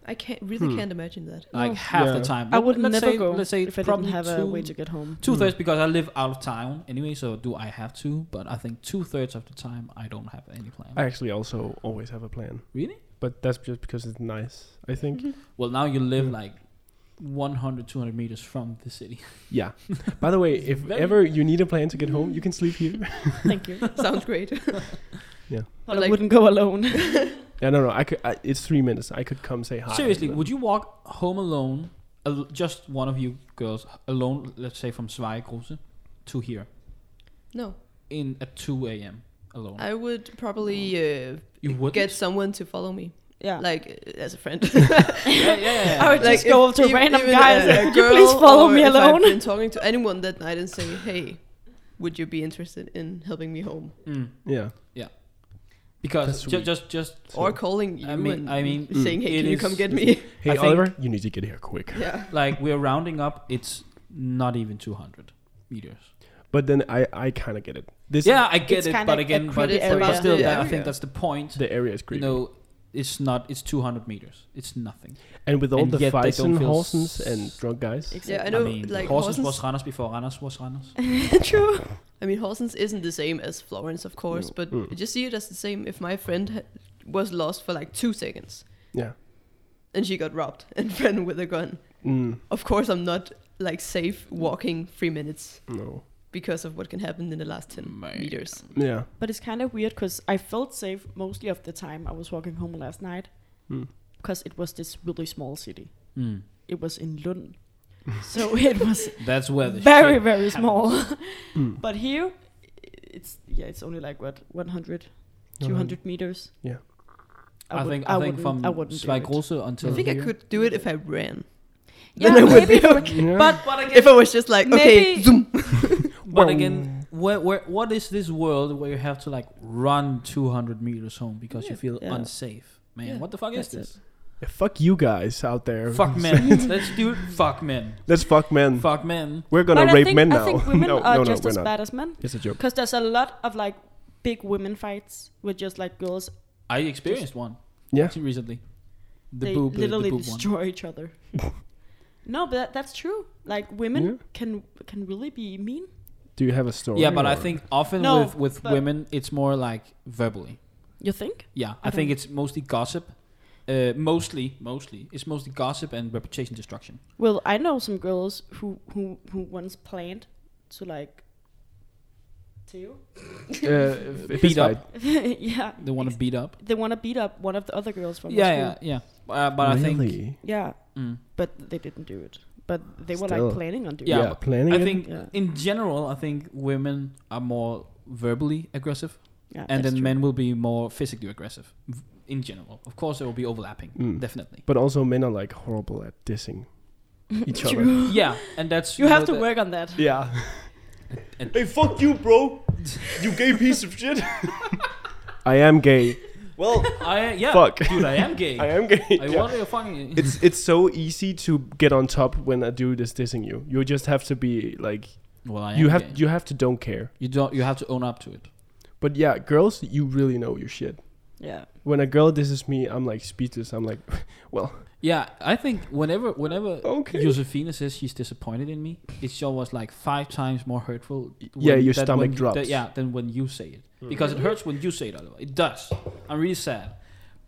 Speaker 3: I can't really
Speaker 1: Hmm.
Speaker 3: can't imagine that.
Speaker 4: Like
Speaker 2: No.
Speaker 4: half
Speaker 1: Yeah.
Speaker 4: the time.
Speaker 2: I would
Speaker 4: Let- let's
Speaker 2: never
Speaker 4: say,
Speaker 2: go
Speaker 4: Let's say
Speaker 2: if I didn't
Speaker 4: probably
Speaker 2: have
Speaker 4: two,
Speaker 2: a way to get home.
Speaker 4: two
Speaker 1: Hmm.
Speaker 4: thirds because I live out of town anyway. So do I have to? But I think two thirds of the time I don't have any plan.
Speaker 1: I actually also always have a plan,
Speaker 4: really?
Speaker 1: but that's just because it's nice. I think.
Speaker 4: Well, now you live
Speaker 1: Mm.
Speaker 4: like 100, 200 meters from the city.
Speaker 1: Yeah. By the way, if
Speaker 4: Very-
Speaker 1: ever you need a plan to get home, you can sleep here.
Speaker 2: Thank you.
Speaker 3: Sounds great.
Speaker 2: But I
Speaker 3: Like-
Speaker 2: wouldn't go alone.
Speaker 1: yeah, no, no. I could. I, it's three minutes. I could come say hi.
Speaker 4: Seriously, would you walk home alone, al- just one of you girls alone? Let's say from Svejekose to here
Speaker 3: no,
Speaker 4: in at 2 a.m. alone.
Speaker 3: I would probably uh,
Speaker 4: you would
Speaker 3: get someone to follow me,
Speaker 2: yeah.
Speaker 3: like uh, as a friend.
Speaker 4: yeah, yeah, yeah.
Speaker 2: I would
Speaker 3: Like,
Speaker 2: just go
Speaker 3: if-
Speaker 2: up to
Speaker 3: if-
Speaker 2: a random
Speaker 3: even
Speaker 2: guy and
Speaker 3: a
Speaker 2: say, "Could you
Speaker 3: girl
Speaker 2: please follow
Speaker 3: or
Speaker 2: me
Speaker 3: if I've
Speaker 2: alone?
Speaker 3: been talking to anyone that night and say, "Hey, would you be interested in helping me home?"
Speaker 4: Mm.
Speaker 1: Yeah. That's
Speaker 4: Because ju-
Speaker 1: sweet.
Speaker 4: just just
Speaker 1: So-
Speaker 3: Or calling you
Speaker 4: I mean-
Speaker 3: and
Speaker 4: I mean, mm,
Speaker 3: saying, "Hey,
Speaker 4: it
Speaker 3: can you come
Speaker 4: is-
Speaker 3: get me?"
Speaker 1: Hey,
Speaker 4: I think-
Speaker 1: Oliver, you need to get here quick.
Speaker 3: yeah.
Speaker 4: like we're rounding up, it's not even 200 meters.
Speaker 1: But then I, I kind of get it. This
Speaker 4: yeah, I get
Speaker 2: It's
Speaker 4: it,
Speaker 2: kinda
Speaker 4: but
Speaker 2: a
Speaker 4: again, but,
Speaker 2: creepy
Speaker 4: but
Speaker 3: area.
Speaker 4: still,
Speaker 3: Yeah.
Speaker 4: I think
Speaker 3: area.
Speaker 4: that's the point.
Speaker 1: the area is
Speaker 4: You
Speaker 1: creepy.
Speaker 4: know, it's not. It's 200 meters. It's nothing.
Speaker 1: and with all
Speaker 4: and
Speaker 1: the
Speaker 4: yet they don't
Speaker 1: Fison,
Speaker 4: feel
Speaker 1: Horsens,
Speaker 4: s-
Speaker 1: and drunk guys.
Speaker 3: Yeah, I
Speaker 4: I,
Speaker 3: know.
Speaker 4: mean,
Speaker 3: like
Speaker 4: horses
Speaker 3: Horsens,
Speaker 4: was Randers before Randers was Randers.
Speaker 3: true. I mean, Horsens isn't the same as Florence, of course,
Speaker 1: No.
Speaker 3: but
Speaker 1: Mm.
Speaker 3: I just see it as the same. If my friend ha- was lost for like two seconds
Speaker 1: Yeah.
Speaker 3: and she got robbed and ran with a gun,
Speaker 1: Mm,
Speaker 3: of course I'm not like safe walking three minutes
Speaker 1: no.
Speaker 3: because of what can happen in the last ten
Speaker 4: Man.
Speaker 3: meters.
Speaker 1: Yeah.
Speaker 2: But it's kind of weird because I felt safe mostly of the time I was walking home last night
Speaker 1: Mm.
Speaker 2: because it was this really small city.
Speaker 4: Mm.
Speaker 2: It was in Lund. so it was
Speaker 4: That's where the
Speaker 2: very,
Speaker 4: shit
Speaker 2: very
Speaker 4: happens.
Speaker 2: small.
Speaker 1: Mm.
Speaker 2: but here, it's yeah, it's only like what 100, 200 meters.
Speaker 1: Yeah.
Speaker 4: I,
Speaker 2: would-
Speaker 4: think I, think
Speaker 2: wouldn't-
Speaker 4: from
Speaker 2: I wouldn't do it.
Speaker 4: Svejkose
Speaker 3: I
Speaker 4: until
Speaker 3: think I
Speaker 4: here-
Speaker 3: could do it if I ran.
Speaker 2: Yeah,
Speaker 3: then I would
Speaker 2: maybe.
Speaker 3: be okay.
Speaker 1: Yeah.
Speaker 2: But but again,
Speaker 3: If I was just like, okay,
Speaker 2: Maybe-
Speaker 3: zoom.
Speaker 4: But again, where, where what is this world where you have to like run 200 meters home because you
Speaker 3: Yeah.
Speaker 4: feel
Speaker 2: Yeah.
Speaker 4: unsafe? Man,
Speaker 3: Yeah,
Speaker 4: what the fuck is
Speaker 2: that's
Speaker 4: this?
Speaker 1: Yeah, fuck you guys out there.
Speaker 4: Fuck men. Let's do it. Fuck men.
Speaker 1: Let's fuck men.
Speaker 4: Fuck men.
Speaker 1: We're gonna
Speaker 2: but I
Speaker 1: rape
Speaker 2: think,
Speaker 1: men
Speaker 2: I
Speaker 1: now.
Speaker 2: think women
Speaker 1: no,
Speaker 2: are
Speaker 1: no,
Speaker 2: just
Speaker 1: no,
Speaker 2: as
Speaker 1: we're not.
Speaker 2: bad as men
Speaker 1: It's a joke.
Speaker 2: because there's a lot of like big women fights with just like girls.
Speaker 4: I experienced one
Speaker 1: Yeah.
Speaker 4: actually recently. The
Speaker 2: they
Speaker 4: boob, the
Speaker 2: literally
Speaker 4: boob one.
Speaker 2: destroy each other. no, but that, that's true. Like women
Speaker 1: Yeah.
Speaker 2: can can really be mean.
Speaker 1: Do you have a story?
Speaker 4: Yeah, but I
Speaker 1: or-
Speaker 4: think often
Speaker 2: No,
Speaker 4: with with
Speaker 2: but-
Speaker 4: women it's more like verbally.
Speaker 2: You think?
Speaker 4: Yeah, I,
Speaker 2: I
Speaker 4: think
Speaker 2: don't-
Speaker 4: it's mostly gossip. Uh, mostly, mostly it's mostly gossip and reputation destruction.
Speaker 2: Well, I know some girls who who who once planned to like. To you?
Speaker 1: uh, f-
Speaker 4: Beat
Speaker 1: fist
Speaker 4: up.
Speaker 1: fight.
Speaker 2: yeah.
Speaker 4: They want to beat up.
Speaker 2: They want to beat up one of the other girls from the
Speaker 4: Yeah,
Speaker 2: school.
Speaker 4: yeah, yeah. Uh, but I think
Speaker 1: Really?
Speaker 2: Yeah.
Speaker 4: Mm.
Speaker 2: But they didn't do it. But they were
Speaker 1: Still.
Speaker 2: like planning on doing
Speaker 4: Yeah,
Speaker 1: Yeah,
Speaker 2: it.
Speaker 4: but
Speaker 1: planning.
Speaker 4: I
Speaker 1: it?
Speaker 4: think
Speaker 2: Yeah.
Speaker 4: in general, I think women are more verbally aggressive,
Speaker 2: Yeah.
Speaker 4: and
Speaker 2: that's
Speaker 4: then
Speaker 2: true.
Speaker 4: men will be more physically aggressive. v- In general, of course, there will be overlapping,
Speaker 1: Mm.
Speaker 4: definitely.
Speaker 1: But also, men are like horrible at dissing each other.
Speaker 2: True.
Speaker 4: yeah, and that's
Speaker 2: You have to
Speaker 4: know, that-
Speaker 2: work on that.
Speaker 1: Yeah.
Speaker 4: And-
Speaker 1: hey, fuck you, bro. You gay piece of shit. I am gay. Well,
Speaker 4: I yeah,
Speaker 1: Fuck.
Speaker 4: dude, I am gay.
Speaker 1: I am gay.
Speaker 4: I
Speaker 1: Yeah.
Speaker 4: want to fucking.
Speaker 1: It's it's so easy to get on top when a dude is dissing you. You just have to be like
Speaker 4: well, I am
Speaker 1: you have
Speaker 4: gay.
Speaker 1: you have to don't care.
Speaker 4: You don't. You have to own up to it.
Speaker 1: But yeah, girls, you really know your shit.
Speaker 2: Yeah.
Speaker 1: When a girl disses me, I'm like speechless. I'm like, well,
Speaker 4: Yeah, I think whenever whenever
Speaker 1: Okay.
Speaker 4: Josephina says she's disappointed in me, it's always like five times more hurtful.
Speaker 1: Yeah,
Speaker 4: when-
Speaker 1: your
Speaker 4: than
Speaker 1: stomach
Speaker 4: when you-
Speaker 1: drops. Mm-hmm.
Speaker 4: than- yeah, than when you say it because it hurts when you say it. Oliver. It does. I'm really sad,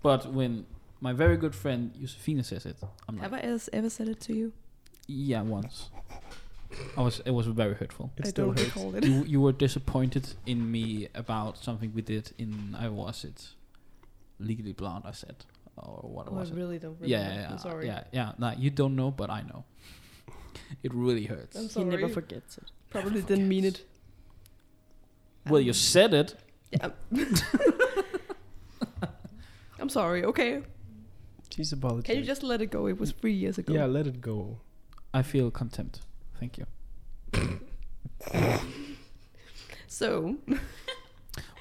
Speaker 4: but when my very good friend Josephina says it, I'm like,
Speaker 3: Have I else ever said it to you?
Speaker 4: yeah, once. I was it was very hurtful.
Speaker 1: it
Speaker 3: I
Speaker 1: still
Speaker 3: don't
Speaker 1: hurts.
Speaker 3: recall it. Oh,
Speaker 4: You you were disappointed in me about something we did in I was it legally blonde. I said or what
Speaker 3: Oh, I
Speaker 4: was it?
Speaker 3: really don't remember.
Speaker 4: yeah, yeah, yeah,
Speaker 3: I'm sorry.
Speaker 4: yeah, yeah. Nah, you don't know, but I know. It really hurts.
Speaker 3: I'm
Speaker 2: He
Speaker 3: sorry.
Speaker 2: never forgets it.
Speaker 3: Probably didn't mean it.
Speaker 4: Well, you said it.
Speaker 3: Yeah. I'm sorry. Okay.
Speaker 1: She's apologizing.
Speaker 3: Can you just let it go? It was three years ago.
Speaker 1: Yeah, let it go.
Speaker 4: I feel contempt. Thank you.
Speaker 3: So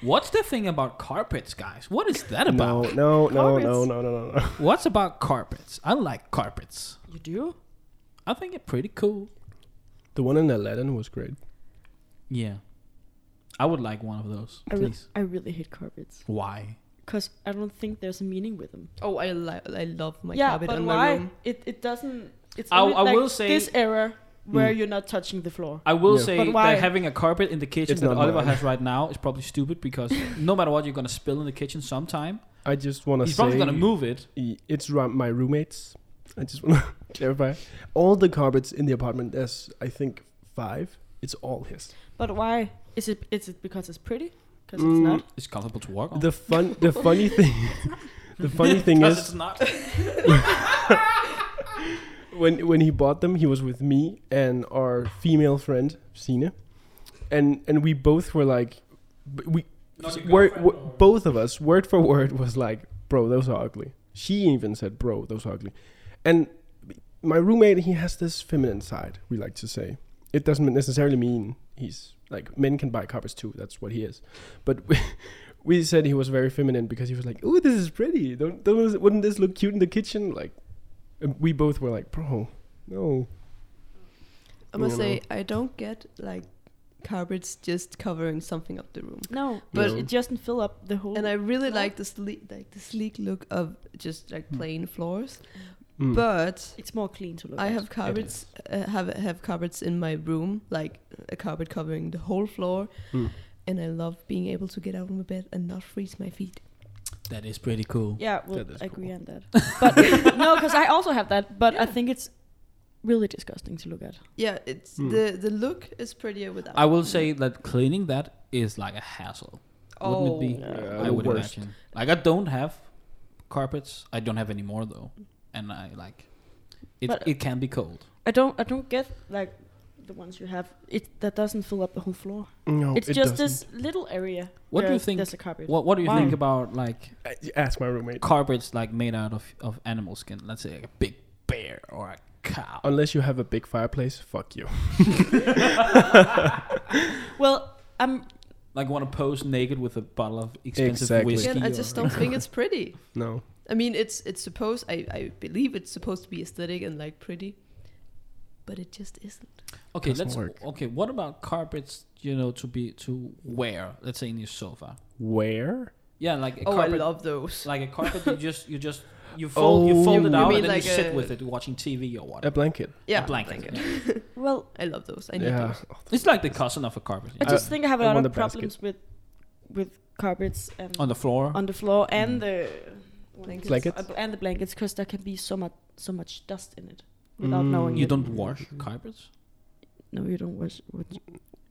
Speaker 4: What's the thing about carpets, guys? What is that
Speaker 1: No,
Speaker 4: about?
Speaker 1: no, no,
Speaker 2: Carpets.
Speaker 1: no, no, no, no, no.
Speaker 4: What's about carpets? I like carpets.
Speaker 2: You do?
Speaker 4: I think it's pretty cool.
Speaker 1: The one in Aladdin was great.
Speaker 4: Yeah, I would like one of those,
Speaker 2: I, re-
Speaker 4: please.
Speaker 2: I really hate carpets.
Speaker 4: Why?
Speaker 2: because I don't think there's a meaning with them.
Speaker 3: Oh, I li- I love my
Speaker 2: yeah,
Speaker 3: carpet
Speaker 2: but
Speaker 3: on my
Speaker 2: why?
Speaker 3: room.
Speaker 2: It it doesn't. It's
Speaker 4: I-
Speaker 2: only
Speaker 4: I
Speaker 2: like
Speaker 4: will say-
Speaker 2: this error where
Speaker 1: Mm.
Speaker 2: you're not touching the floor.
Speaker 4: I will
Speaker 1: Yeah.
Speaker 4: say
Speaker 2: But why?
Speaker 4: that having a carpet in the kitchen
Speaker 1: It's
Speaker 4: that
Speaker 1: not
Speaker 4: Oliver
Speaker 1: mine.
Speaker 4: has right now is probably stupid because no matter what, you're gonna spill in the kitchen sometime.
Speaker 1: I just want to
Speaker 4: He's
Speaker 1: say
Speaker 4: probably gonna move it.
Speaker 1: i- it's ra- my roommates. I just want to clarify. All the carpets in the apartment, there's I think five. It's all his.
Speaker 2: But why? Is it is it because it's pretty? Because
Speaker 1: Mm.
Speaker 2: it's not.
Speaker 4: It's comfortable to walk on.
Speaker 1: The fun, the funny thing, the funny thing
Speaker 4: Because
Speaker 1: is
Speaker 4: it's not.
Speaker 1: when when he bought them, he was with me and our female friend Sine, and and we both were like, b- we
Speaker 4: Not your
Speaker 1: word,
Speaker 4: girlfriend
Speaker 1: w-
Speaker 4: or-
Speaker 1: both of us word for word was like, bro, those are ugly. She even said, bro, those are ugly, and my roommate he has this feminine side we like to say. It doesn't necessarily mean he's like men can buy carpets too. That's what he is, but. We, We said he was very feminine because he was like, "Oh, this is pretty. Don't, don't, wouldn't this look cute in the kitchen?" Like, and we both were like, bro, no.
Speaker 3: I must
Speaker 1: No, no.
Speaker 3: say, I don't get like carpets just covering something up the room.
Speaker 2: No,
Speaker 1: But-
Speaker 2: but it doesn't fill up the whole.
Speaker 3: And I really
Speaker 2: No.
Speaker 3: like the sleek, like the sleek look of just like
Speaker 4: Hmm.
Speaker 3: plain floors.
Speaker 1: Mm.
Speaker 3: But
Speaker 2: it's more clean to look.
Speaker 3: I
Speaker 2: at.
Speaker 3: have carpets, uh, have have carpets in my room, like a carpet covering the whole floor,
Speaker 4: Hmm.
Speaker 1: Mm.
Speaker 3: and I love being able to get out of my bed and not freeze my feet.
Speaker 4: That is pretty cool.
Speaker 2: Yeah, we'll
Speaker 1: That is
Speaker 2: agree
Speaker 1: cool.
Speaker 2: on that. But no, because I also have that. But I think it's really disgusting to look at.
Speaker 3: Yeah, it's
Speaker 1: Mm.
Speaker 3: the the look is prettier without.
Speaker 4: Hmm. I will say that cleaning that is like a hassle. wouldn't it be?
Speaker 1: Yeah,
Speaker 4: I
Speaker 2: Oh.
Speaker 1: the
Speaker 4: would
Speaker 1: Uh, worst.
Speaker 4: imagine. Like I don't have carpets. I don't have any more though, and I like it.
Speaker 2: But-
Speaker 4: it can be cold.
Speaker 2: I don't. I don't get like the ones you have. It that doesn't fill up the whole floor.
Speaker 1: No,
Speaker 2: it's
Speaker 1: it
Speaker 2: just
Speaker 1: doesn't.
Speaker 2: this little area.
Speaker 4: What do
Speaker 2: where
Speaker 4: you think-
Speaker 2: There's a carpet.
Speaker 4: What What do you
Speaker 2: Why?
Speaker 4: think about like
Speaker 1: I- Ask my roommate.
Speaker 4: carpets like made out of of animal skin? Let's say like a big bear or a cow.
Speaker 1: Unless you have a big fireplace, fuck you.
Speaker 2: Well, um, I'm.
Speaker 4: Like want to pose naked with a bottle of expensive
Speaker 1: Exactly.
Speaker 4: whiskey.
Speaker 3: Again, I
Speaker 4: or-
Speaker 3: just don't think it's pretty.
Speaker 1: No.
Speaker 3: I mean, it's it's supposed. I I believe it's supposed to be aesthetic and like pretty, but it just isn't.
Speaker 4: Okay,
Speaker 1: Doesn't
Speaker 4: let's.
Speaker 1: work.
Speaker 4: Okay, what about carpets? You know, to be to wear. Let's say in your sofa.
Speaker 1: Where?
Speaker 4: Yeah, like a
Speaker 3: oh,
Speaker 4: carpet.
Speaker 3: I love those.
Speaker 4: like a carpet, you just you just you fold you fold
Speaker 1: Oh.
Speaker 4: it
Speaker 1: You
Speaker 4: out
Speaker 1: mean
Speaker 4: and then
Speaker 3: like
Speaker 4: you sit
Speaker 3: a-
Speaker 4: with it watching TV or whatever.
Speaker 1: A blanket.
Speaker 3: yeah,
Speaker 4: blanket.
Speaker 2: Well,
Speaker 3: I love those. I need
Speaker 1: Yeah.
Speaker 3: those.
Speaker 4: It's like the cousin of a carpet.
Speaker 2: I
Speaker 1: I-
Speaker 2: just think I have a
Speaker 1: I
Speaker 2: lot
Speaker 1: want
Speaker 2: of
Speaker 1: the basket.
Speaker 2: problems with with carpets and
Speaker 4: on the floor.
Speaker 2: on the floor and
Speaker 4: Mm.
Speaker 2: the
Speaker 3: Blankets.
Speaker 1: Blankets?
Speaker 2: uh, bl- and the blankets because there can be so much so much dust in it without
Speaker 1: Mm.
Speaker 2: knowing
Speaker 4: you
Speaker 2: it.
Speaker 4: don't wash carpets.
Speaker 2: No, you don't wash. wash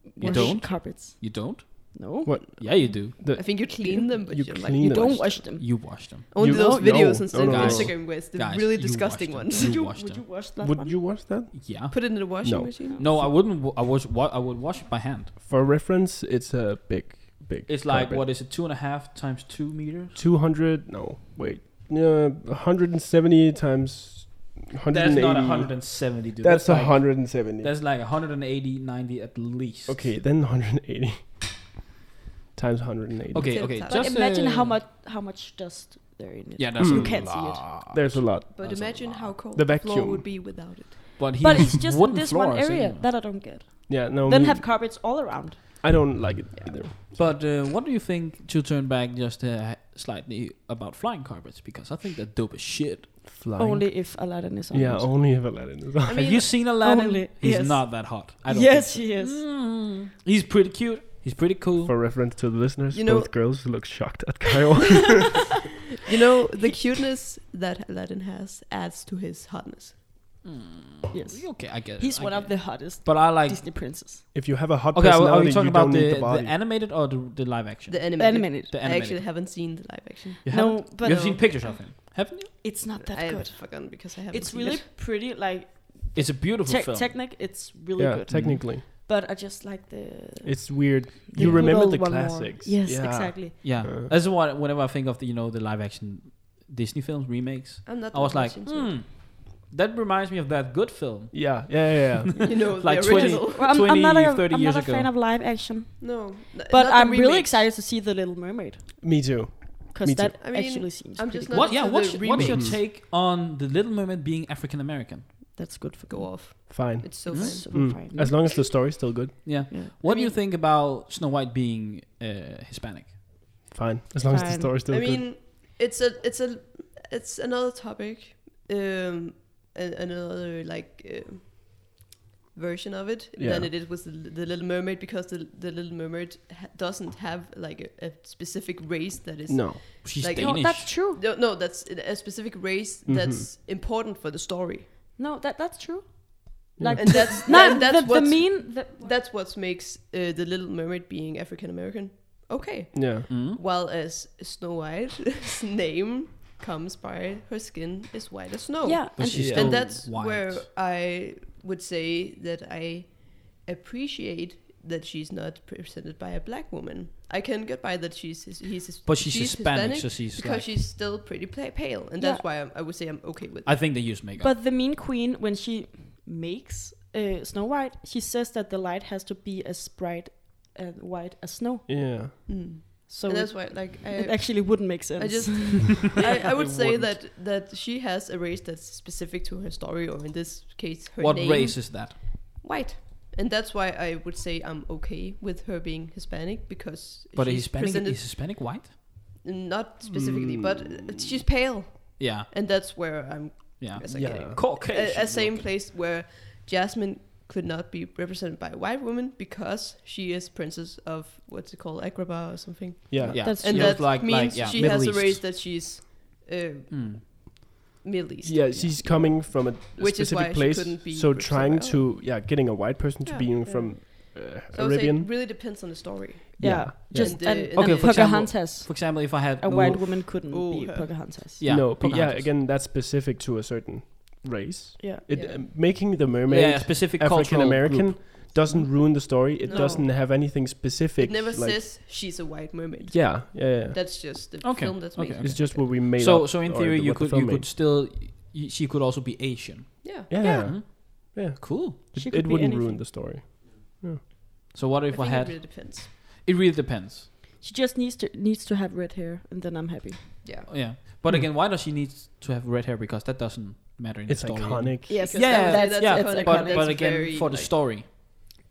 Speaker 4: You
Speaker 2: wash
Speaker 4: don't?
Speaker 2: carpets.
Speaker 4: You don't.
Speaker 2: No,
Speaker 1: What?
Speaker 4: Yeah, you do.
Speaker 3: I think you clean them, but
Speaker 1: You
Speaker 3: you are
Speaker 1: clean
Speaker 3: like,
Speaker 2: you
Speaker 1: them.
Speaker 2: don't wash them.
Speaker 4: You wash them.
Speaker 3: Only
Speaker 1: You-
Speaker 3: those
Speaker 1: No,
Speaker 3: videos
Speaker 1: no,
Speaker 3: instead
Speaker 1: no,
Speaker 4: no.
Speaker 3: of Instagram ways, the
Speaker 4: Guys,
Speaker 3: really
Speaker 4: you wash
Speaker 3: disgusting
Speaker 4: them.
Speaker 3: ones.
Speaker 4: You
Speaker 2: Would you,
Speaker 4: wash
Speaker 2: would
Speaker 4: them.
Speaker 2: you wash that
Speaker 1: Would
Speaker 2: one?
Speaker 1: you wash that?
Speaker 4: Yeah.
Speaker 3: Put it in the washing
Speaker 1: No.
Speaker 3: machine.
Speaker 4: No, I wouldn't. wa- I was. Wa- I would wash it by hand.
Speaker 1: For reference, it's a big, big.
Speaker 4: It's like
Speaker 1: carpet.
Speaker 4: what is it? Two and a half times two meters.
Speaker 1: 200. No, wait. Yeah, 170 times 180.
Speaker 4: That's not 170. Dude.
Speaker 1: That's
Speaker 4: like,
Speaker 1: 170.
Speaker 4: That's like 180, 90 at least.
Speaker 1: okay, then 180 times 180.
Speaker 4: Okay.
Speaker 3: Tip
Speaker 4: Okay.
Speaker 3: top.
Speaker 2: But
Speaker 4: Just
Speaker 2: imagine
Speaker 4: uh,
Speaker 2: how much how much dust there in it.
Speaker 4: Yeah, that's
Speaker 1: Mm.
Speaker 4: a
Speaker 1: You
Speaker 2: can't see it.
Speaker 4: lot.
Speaker 1: There's a lot.
Speaker 3: But
Speaker 4: That's a
Speaker 3: imagine
Speaker 4: lot.
Speaker 3: how cold
Speaker 1: The
Speaker 3: the,
Speaker 1: vacuum.
Speaker 3: floor would be without it.
Speaker 4: But, he
Speaker 2: But
Speaker 4: has
Speaker 2: it's just
Speaker 4: wooden
Speaker 2: this one
Speaker 4: floors, so
Speaker 2: area
Speaker 4: you-
Speaker 2: that I don't get.
Speaker 1: Yeah, no.
Speaker 2: then
Speaker 1: me-
Speaker 2: have carpets all around.
Speaker 1: I don't like it
Speaker 3: Yeah.
Speaker 1: either.
Speaker 4: But uh, what do you think to turn back just uh, slightly about flying carpets? Because I think they're dope as shit.
Speaker 1: Flying.
Speaker 2: Only if Aladdin is on.
Speaker 1: Yeah,
Speaker 2: it.
Speaker 1: only if Aladdin is on.
Speaker 3: I
Speaker 4: Have
Speaker 3: mean,
Speaker 4: you seen Aladdin?
Speaker 2: only-
Speaker 4: He's
Speaker 2: yes.
Speaker 4: not that hot. I don't
Speaker 2: yes,
Speaker 4: think
Speaker 2: he is.
Speaker 4: Mm. He's pretty cute. He's pretty cool.
Speaker 1: For reference to the listeners,
Speaker 3: You know-
Speaker 1: both girls look shocked at Kyle.
Speaker 3: you know, the cuteness that Aladdin has adds to his hotness.
Speaker 2: Yes.
Speaker 4: Okay, I get it.
Speaker 2: He's
Speaker 4: I
Speaker 2: one
Speaker 4: get
Speaker 2: of the hottest
Speaker 4: But I like.
Speaker 2: Disney princes.
Speaker 1: if you have a hot
Speaker 4: Okay, are we- are
Speaker 1: personality,
Speaker 4: we talking
Speaker 1: you
Speaker 4: about
Speaker 1: don't need
Speaker 4: the,
Speaker 1: the
Speaker 4: the
Speaker 1: body.
Speaker 4: animated or the, the live action?
Speaker 3: The animated.
Speaker 2: Animated.
Speaker 4: The
Speaker 3: I actually
Speaker 4: animated.
Speaker 3: haven't seen the live action.
Speaker 4: You
Speaker 2: no,
Speaker 4: haven't?
Speaker 2: but
Speaker 4: You've seen pictures of him, haven't you?
Speaker 2: it's not that
Speaker 3: I have
Speaker 2: good.
Speaker 3: forgotten because I haven't.
Speaker 2: It's
Speaker 3: seen
Speaker 2: really
Speaker 3: it.
Speaker 2: pretty, like
Speaker 4: It's a beautiful
Speaker 2: te-
Speaker 4: film.
Speaker 2: technic. It's really
Speaker 1: Yeah,
Speaker 2: good,
Speaker 1: technically,
Speaker 2: but I just like the.
Speaker 1: it's weird.
Speaker 2: the
Speaker 1: you
Speaker 2: good
Speaker 1: remember
Speaker 2: old
Speaker 1: the
Speaker 2: one more.
Speaker 1: classics.
Speaker 2: Yes,
Speaker 1: Yeah.
Speaker 2: exactly.
Speaker 4: yeah,
Speaker 1: Uh.
Speaker 4: that's what. Whenever I think of the you know the live action Disney films remakes,
Speaker 3: I'm not.
Speaker 4: I was
Speaker 3: that
Speaker 4: like,
Speaker 3: much into
Speaker 4: hmm, that reminds me of that good film.
Speaker 1: Yeah, yeah, yeah. yeah.
Speaker 3: it. you know,
Speaker 4: like
Speaker 3: the
Speaker 4: 20
Speaker 3: original.
Speaker 2: Well, I'm, I'm not
Speaker 4: 20,
Speaker 2: a,
Speaker 4: 30
Speaker 2: I'm
Speaker 4: years
Speaker 2: not a fan
Speaker 4: ago.
Speaker 2: of live action,
Speaker 3: No, n- not
Speaker 2: but
Speaker 3: the
Speaker 2: I'm really
Speaker 3: remakes.
Speaker 2: excited to see the Little Mermaid
Speaker 1: Me too. Me
Speaker 2: because
Speaker 1: too.
Speaker 2: that
Speaker 3: I mean,
Speaker 2: actually seems
Speaker 3: I'm
Speaker 2: pretty
Speaker 3: just
Speaker 2: good.
Speaker 3: not-
Speaker 4: What? Yeah.
Speaker 3: to the
Speaker 4: What's, what's your
Speaker 1: remake.
Speaker 4: take on the Little Mermaid being African American?
Speaker 2: That's good for
Speaker 3: Go off.
Speaker 1: Fine.
Speaker 3: It's so
Speaker 4: Hmm?
Speaker 3: fine.
Speaker 2: So
Speaker 1: Mm.
Speaker 2: fine.
Speaker 1: As long as the story's still good,
Speaker 4: Yeah.
Speaker 2: Yeah.
Speaker 4: What
Speaker 3: I
Speaker 4: do you
Speaker 3: mean-
Speaker 4: think about Snow White being uh, Hispanic?
Speaker 1: Fine, as long as the
Speaker 2: Fine.
Speaker 1: story's still
Speaker 3: I
Speaker 1: good.
Speaker 3: mean, it's a it's a it's another topic, um, a- another like um version of it than
Speaker 1: Yeah.
Speaker 3: it is with the, the Little Mermaid because the the Little Mermaid ha- doesn't have like a, a specific race that is
Speaker 1: no,
Speaker 4: She's
Speaker 3: Like-
Speaker 2: No,
Speaker 4: Danish.
Speaker 2: that's true.
Speaker 3: no, no that's a specific race
Speaker 1: Mm-hmm.
Speaker 3: that's important for the story,
Speaker 2: No, that that's true.
Speaker 1: Yeah.
Speaker 2: Like
Speaker 3: and that's
Speaker 2: no,
Speaker 3: and that's
Speaker 2: the, the
Speaker 3: what's,
Speaker 2: mean. The,
Speaker 3: that's what makes uh, the Little Mermaid being African American okay,
Speaker 1: yeah,
Speaker 4: Mm.
Speaker 3: while as Snow White's name comes by her skin is white as snow.
Speaker 2: yeah,
Speaker 4: But
Speaker 2: and
Speaker 4: she's
Speaker 1: Yeah.
Speaker 4: still
Speaker 3: and that's
Speaker 4: white.
Speaker 3: where I would say that I appreciate that she's not presented by a black woman. I can get by that she's his, he's his,
Speaker 4: But she's, Hispanic, so she's
Speaker 3: because
Speaker 4: like.
Speaker 3: she's still pretty pla- pale, and that's
Speaker 2: Yeah.
Speaker 3: why I'm, I would say I'm okay with.
Speaker 4: I think they use makeup.
Speaker 2: But the mean queen, when she makes uh, Snow White, she says that the light has to be as bright and white as snow.
Speaker 1: yeah.
Speaker 3: it. Mm.
Speaker 2: So
Speaker 3: and that's
Speaker 2: it,
Speaker 3: why, like,
Speaker 2: it
Speaker 3: I,
Speaker 2: actually wouldn't make sense.
Speaker 3: I just I, I would
Speaker 1: It
Speaker 3: say
Speaker 1: wouldn't.
Speaker 3: that that she has a race that's specific to her story, or in this case, her
Speaker 4: what
Speaker 3: name,
Speaker 4: race is that?
Speaker 3: white. And that's why I would say I'm okay with her being Hispanic because
Speaker 4: But a
Speaker 3: she's
Speaker 4: Hispanic
Speaker 3: presented
Speaker 4: is Hispanic white?
Speaker 3: not specifically, but she's pale,
Speaker 4: Yeah,
Speaker 3: and that's where I'm
Speaker 4: yeah.
Speaker 3: It's
Speaker 1: okay. Yeah.
Speaker 4: Caucasian.
Speaker 3: a, a same place where Jasmine could not be represented by a white woman because she is princess of what's it called, Agrabah or something,
Speaker 1: yeah,
Speaker 4: Yeah,
Speaker 2: That's
Speaker 3: and
Speaker 2: She
Speaker 3: that means she
Speaker 4: Middle
Speaker 3: has
Speaker 4: East.
Speaker 3: a race that she's uh,
Speaker 4: Mm.
Speaker 3: Middle East.
Speaker 1: Yeah, she's coming from a
Speaker 3: Which is why
Speaker 1: specific
Speaker 3: she
Speaker 1: place,
Speaker 3: couldn't be
Speaker 1: so
Speaker 3: represented
Speaker 1: trying
Speaker 3: by her.
Speaker 1: to yeah, getting a white person to
Speaker 3: Yeah.
Speaker 1: being
Speaker 3: Yeah.
Speaker 1: from uh,
Speaker 3: So I would say it
Speaker 1: Arabian.
Speaker 3: really depends on the story.
Speaker 2: yeah,
Speaker 1: yeah,
Speaker 2: just
Speaker 3: yeah.
Speaker 2: and,
Speaker 3: And, uh,
Speaker 2: and
Speaker 4: Okay, for example-
Speaker 2: Pocahontas,
Speaker 4: For example, if I had
Speaker 2: a
Speaker 4: no-
Speaker 2: white woman couldn't
Speaker 3: Ooh,
Speaker 2: be
Speaker 3: her.
Speaker 2: Pocahontas.
Speaker 4: Yeah,
Speaker 1: no, but yeah,
Speaker 4: Pocahontas.
Speaker 1: again, that's specific to a certain race.
Speaker 2: Yeah.
Speaker 1: It,
Speaker 3: Yeah.
Speaker 1: uh, making the mermaid
Speaker 4: yeah, specific
Speaker 1: African
Speaker 4: cultural
Speaker 1: American
Speaker 4: group.
Speaker 1: doesn't ruin the story. It
Speaker 3: No.
Speaker 1: doesn't have anything
Speaker 3: It
Speaker 1: specific.
Speaker 3: never
Speaker 1: like-
Speaker 3: says she's a white mermaid.
Speaker 1: Yeah, yeah, yeah.
Speaker 3: That's just the
Speaker 4: Okay,
Speaker 3: film that's
Speaker 4: okay,
Speaker 3: made.
Speaker 4: okay.
Speaker 1: It's just what we made.
Speaker 4: So,
Speaker 1: up,
Speaker 4: so in
Speaker 1: or
Speaker 4: theory,
Speaker 1: the-
Speaker 4: you
Speaker 1: what the
Speaker 4: could
Speaker 1: film
Speaker 4: you
Speaker 1: made.
Speaker 4: could still y- she could also be Asian.
Speaker 3: Yeah.
Speaker 1: Yeah,
Speaker 4: Mhm.
Speaker 1: yeah.
Speaker 4: Cool.
Speaker 2: She
Speaker 1: It,
Speaker 2: could
Speaker 1: it
Speaker 2: be
Speaker 1: wouldn't
Speaker 2: anything.
Speaker 1: ruin the story.
Speaker 4: So what
Speaker 3: I
Speaker 4: if I,
Speaker 3: think
Speaker 4: had?
Speaker 3: it really depends.
Speaker 4: It really depends.
Speaker 2: She just needs to needs to have red hair, and then I'm happy.
Speaker 3: Yeah.
Speaker 4: Yeah, but
Speaker 1: Hmm.
Speaker 4: again, why does she need to have red hair? Because that doesn't matter in
Speaker 1: It's
Speaker 4: the story.
Speaker 1: iconic.
Speaker 2: Yes,
Speaker 3: Because
Speaker 4: Yeah,
Speaker 3: I would say
Speaker 2: that's-
Speaker 3: that's
Speaker 2: yeah,
Speaker 3: iconic,
Speaker 4: But,
Speaker 2: Iconic.
Speaker 4: but
Speaker 3: that's
Speaker 4: again,
Speaker 3: very,
Speaker 4: for the
Speaker 3: like,
Speaker 4: story,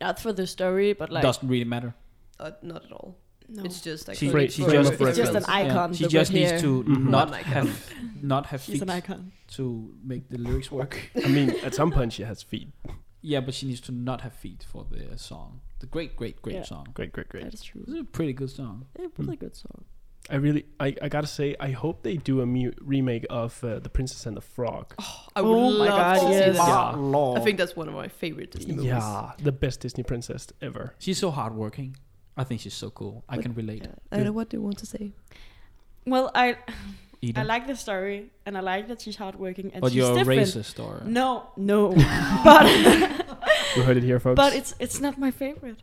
Speaker 2: Not for the story, but like
Speaker 4: doesn't really matter.
Speaker 3: uh, not at all.
Speaker 2: no.
Speaker 3: It's just like
Speaker 4: She-
Speaker 1: Frame-
Speaker 4: she
Speaker 1: frame
Speaker 4: just-
Speaker 1: of
Speaker 2: It's just an
Speaker 1: reference.
Speaker 4: Yeah,
Speaker 2: icon.
Speaker 4: She
Speaker 2: the
Speaker 4: just
Speaker 2: red
Speaker 4: needs
Speaker 2: hair. Oh
Speaker 4: to
Speaker 1: Mhm.
Speaker 4: not
Speaker 3: An icon.
Speaker 4: have not have
Speaker 2: She's
Speaker 4: feet
Speaker 2: an icon.
Speaker 4: to make the lyrics work.
Speaker 1: I mean, at some point she has feet.
Speaker 4: yeah, but she needs to not have feet for the song. The great, great, great
Speaker 2: Yeah.
Speaker 4: song.
Speaker 1: Great, great, great.
Speaker 2: That is true.
Speaker 4: This is a pretty good song.
Speaker 2: It was a good song.
Speaker 1: I really, I, I gotta say, I hope they do a mu- remake of uh, The Princess and the Frog.
Speaker 3: I would
Speaker 2: Oh my
Speaker 3: love
Speaker 2: God,
Speaker 3: to see
Speaker 2: yes.
Speaker 3: that.
Speaker 1: Yeah.
Speaker 4: Lord.
Speaker 3: I think that's one of my favorite Disney movies.
Speaker 1: yeah, the best Disney princess ever.
Speaker 4: she's so hardworking. I think she's so cool. I
Speaker 3: But-
Speaker 4: can relate.
Speaker 3: I don't know what they want to say.
Speaker 2: Well, I I
Speaker 4: Eden.
Speaker 2: like the story, and I like that she's hardworking and
Speaker 4: but
Speaker 2: she's
Speaker 4: you're a
Speaker 2: different.
Speaker 4: racist, or
Speaker 2: No, no, but
Speaker 1: You heard it here, folks.
Speaker 2: but it's it's not my favorite.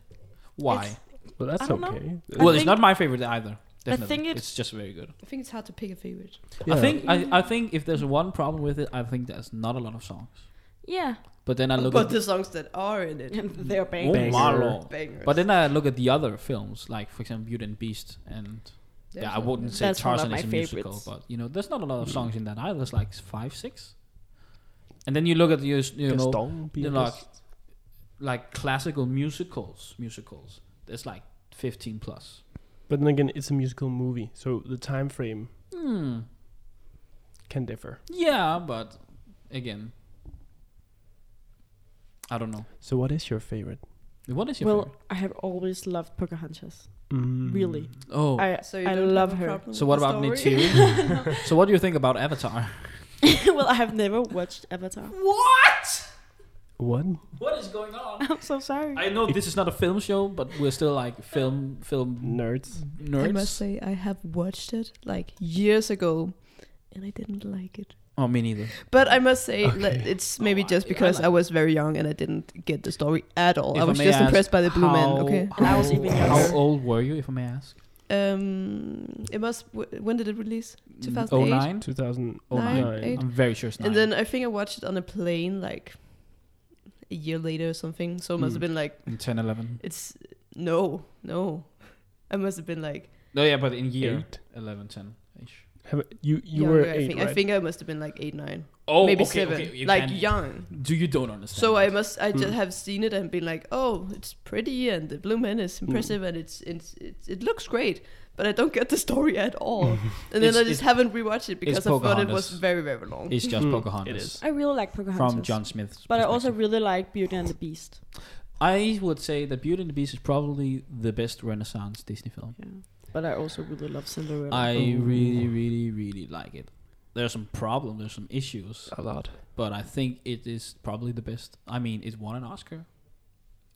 Speaker 4: why?
Speaker 1: well,
Speaker 2: I
Speaker 1: that's
Speaker 2: don't know.
Speaker 1: okay.
Speaker 4: Well, it's
Speaker 2: think-
Speaker 4: not my favorite either. Definitely,
Speaker 2: think it-
Speaker 4: it's just very good.
Speaker 3: I think it's hard to pick a favorite.
Speaker 1: Yeah.
Speaker 4: I think I, I think if there's one problem with it, I think there's not a lot of songs.
Speaker 2: Yeah,
Speaker 4: But then I look
Speaker 3: but
Speaker 4: at
Speaker 3: the songs that are in it,
Speaker 2: they're
Speaker 4: oh
Speaker 2: bangers.
Speaker 1: Bangers.
Speaker 4: my lord.
Speaker 3: bangers.
Speaker 4: But then I look at the other films, like for example Beauty and Beast, and
Speaker 3: There's
Speaker 4: yeah, I
Speaker 3: not
Speaker 4: wouldn't
Speaker 3: many.
Speaker 4: say
Speaker 2: That's one of
Speaker 4: Tarzan
Speaker 2: my
Speaker 4: is a musical,
Speaker 2: favorites. Mm.
Speaker 4: but you know, there's not a lot of songs in that either. There's like five, six, and then you look at your you know
Speaker 1: Gaston, be
Speaker 4: you
Speaker 1: a
Speaker 4: know,
Speaker 1: guest.
Speaker 4: like classical musicals, musicals. There's like fifteen plus.
Speaker 1: but then again, it's a musical movie, so the time frame
Speaker 4: Hmm.
Speaker 1: can differ.
Speaker 4: Yeah, but again, I don't know.
Speaker 1: So, what is your favorite?
Speaker 4: What is your
Speaker 2: Well, I have always loved Pocahontas. Really,
Speaker 4: favorite? Oh,
Speaker 2: I
Speaker 3: So you
Speaker 2: I
Speaker 3: don't
Speaker 2: love
Speaker 3: have a
Speaker 2: her.
Speaker 3: problem
Speaker 4: so
Speaker 3: with
Speaker 4: what
Speaker 3: the
Speaker 4: about
Speaker 3: story?
Speaker 4: Nitiri? so what do you think about Avatar?
Speaker 2: well, I have never watched Avatar.
Speaker 4: What?
Speaker 1: What?
Speaker 4: What is going on?
Speaker 2: I'm so sorry.
Speaker 4: I know this is not a film show, but we're still like film film
Speaker 1: Nerds.
Speaker 4: nerds.
Speaker 3: I must say, I have watched it like years ago, and I didn't like it.
Speaker 4: Oh, me neither.
Speaker 3: But I must say that
Speaker 1: Okay.
Speaker 3: it's maybe
Speaker 4: Oh, I-
Speaker 3: just
Speaker 4: I
Speaker 3: because I,
Speaker 4: like-
Speaker 3: was very young and I didn't get the story at all.
Speaker 4: If
Speaker 3: I was
Speaker 4: may
Speaker 3: just
Speaker 4: ask,
Speaker 3: impressed by the blue man.
Speaker 4: how-
Speaker 3: Okay.
Speaker 2: And I was
Speaker 4: how-
Speaker 2: even
Speaker 4: How
Speaker 2: younger.
Speaker 4: old were you, if I may ask?
Speaker 3: Um, it must. W- when did it release? 2008?
Speaker 4: 09?
Speaker 1: 2009.
Speaker 3: Nine, eight.
Speaker 4: I'm very sure it's nine.
Speaker 3: And then uh, I think I watched it on a plane like a year later or something. So it must
Speaker 1: Mm.
Speaker 3: have
Speaker 4: Hmm.
Speaker 3: been like
Speaker 4: in 10, 11.
Speaker 3: it's no, no. I must have been like
Speaker 4: No, yeah, but in year
Speaker 1: Eight.
Speaker 4: 11, 10 ish.
Speaker 1: Have, you you
Speaker 3: younger,
Speaker 1: were
Speaker 3: I
Speaker 1: eight,
Speaker 3: think.
Speaker 1: right?
Speaker 3: I think I must have been like eight, nine.
Speaker 4: Oh,
Speaker 3: maybe
Speaker 4: okay,
Speaker 3: seven,
Speaker 4: okay, you
Speaker 3: like
Speaker 4: can-
Speaker 3: young.
Speaker 4: Do you don't understand?
Speaker 3: So I
Speaker 4: that.
Speaker 3: must, I
Speaker 1: Mm.
Speaker 4: Hmm.
Speaker 3: just have seen it and been like, oh, it's pretty and the blue man
Speaker 4: Hmm.
Speaker 3: is impressive and it's, it's, it's it looks great, but I don't get the story at all. and then
Speaker 4: It's-
Speaker 3: I
Speaker 4: it's-
Speaker 3: just haven't rewatched it because I thought it was
Speaker 4: Pocahontas.
Speaker 3: very very long.
Speaker 4: It's just
Speaker 1: Mm,
Speaker 4: Pocahontas.
Speaker 1: it is.
Speaker 2: I really like Pocahontas.
Speaker 4: From John Smith's.
Speaker 2: But I also
Speaker 4: perspective.
Speaker 2: really like Beauty and the Beast.
Speaker 4: I would say that Beauty and the Beast is probably the best Renaissance Disney film.
Speaker 2: Yeah. But I also really love Cinderella.
Speaker 4: I
Speaker 1: Ooh.
Speaker 4: really, really, really like it. There's some problems, there's some issues,
Speaker 1: a lot.
Speaker 4: but I think it is probably the best. I mean, it won an Oscar.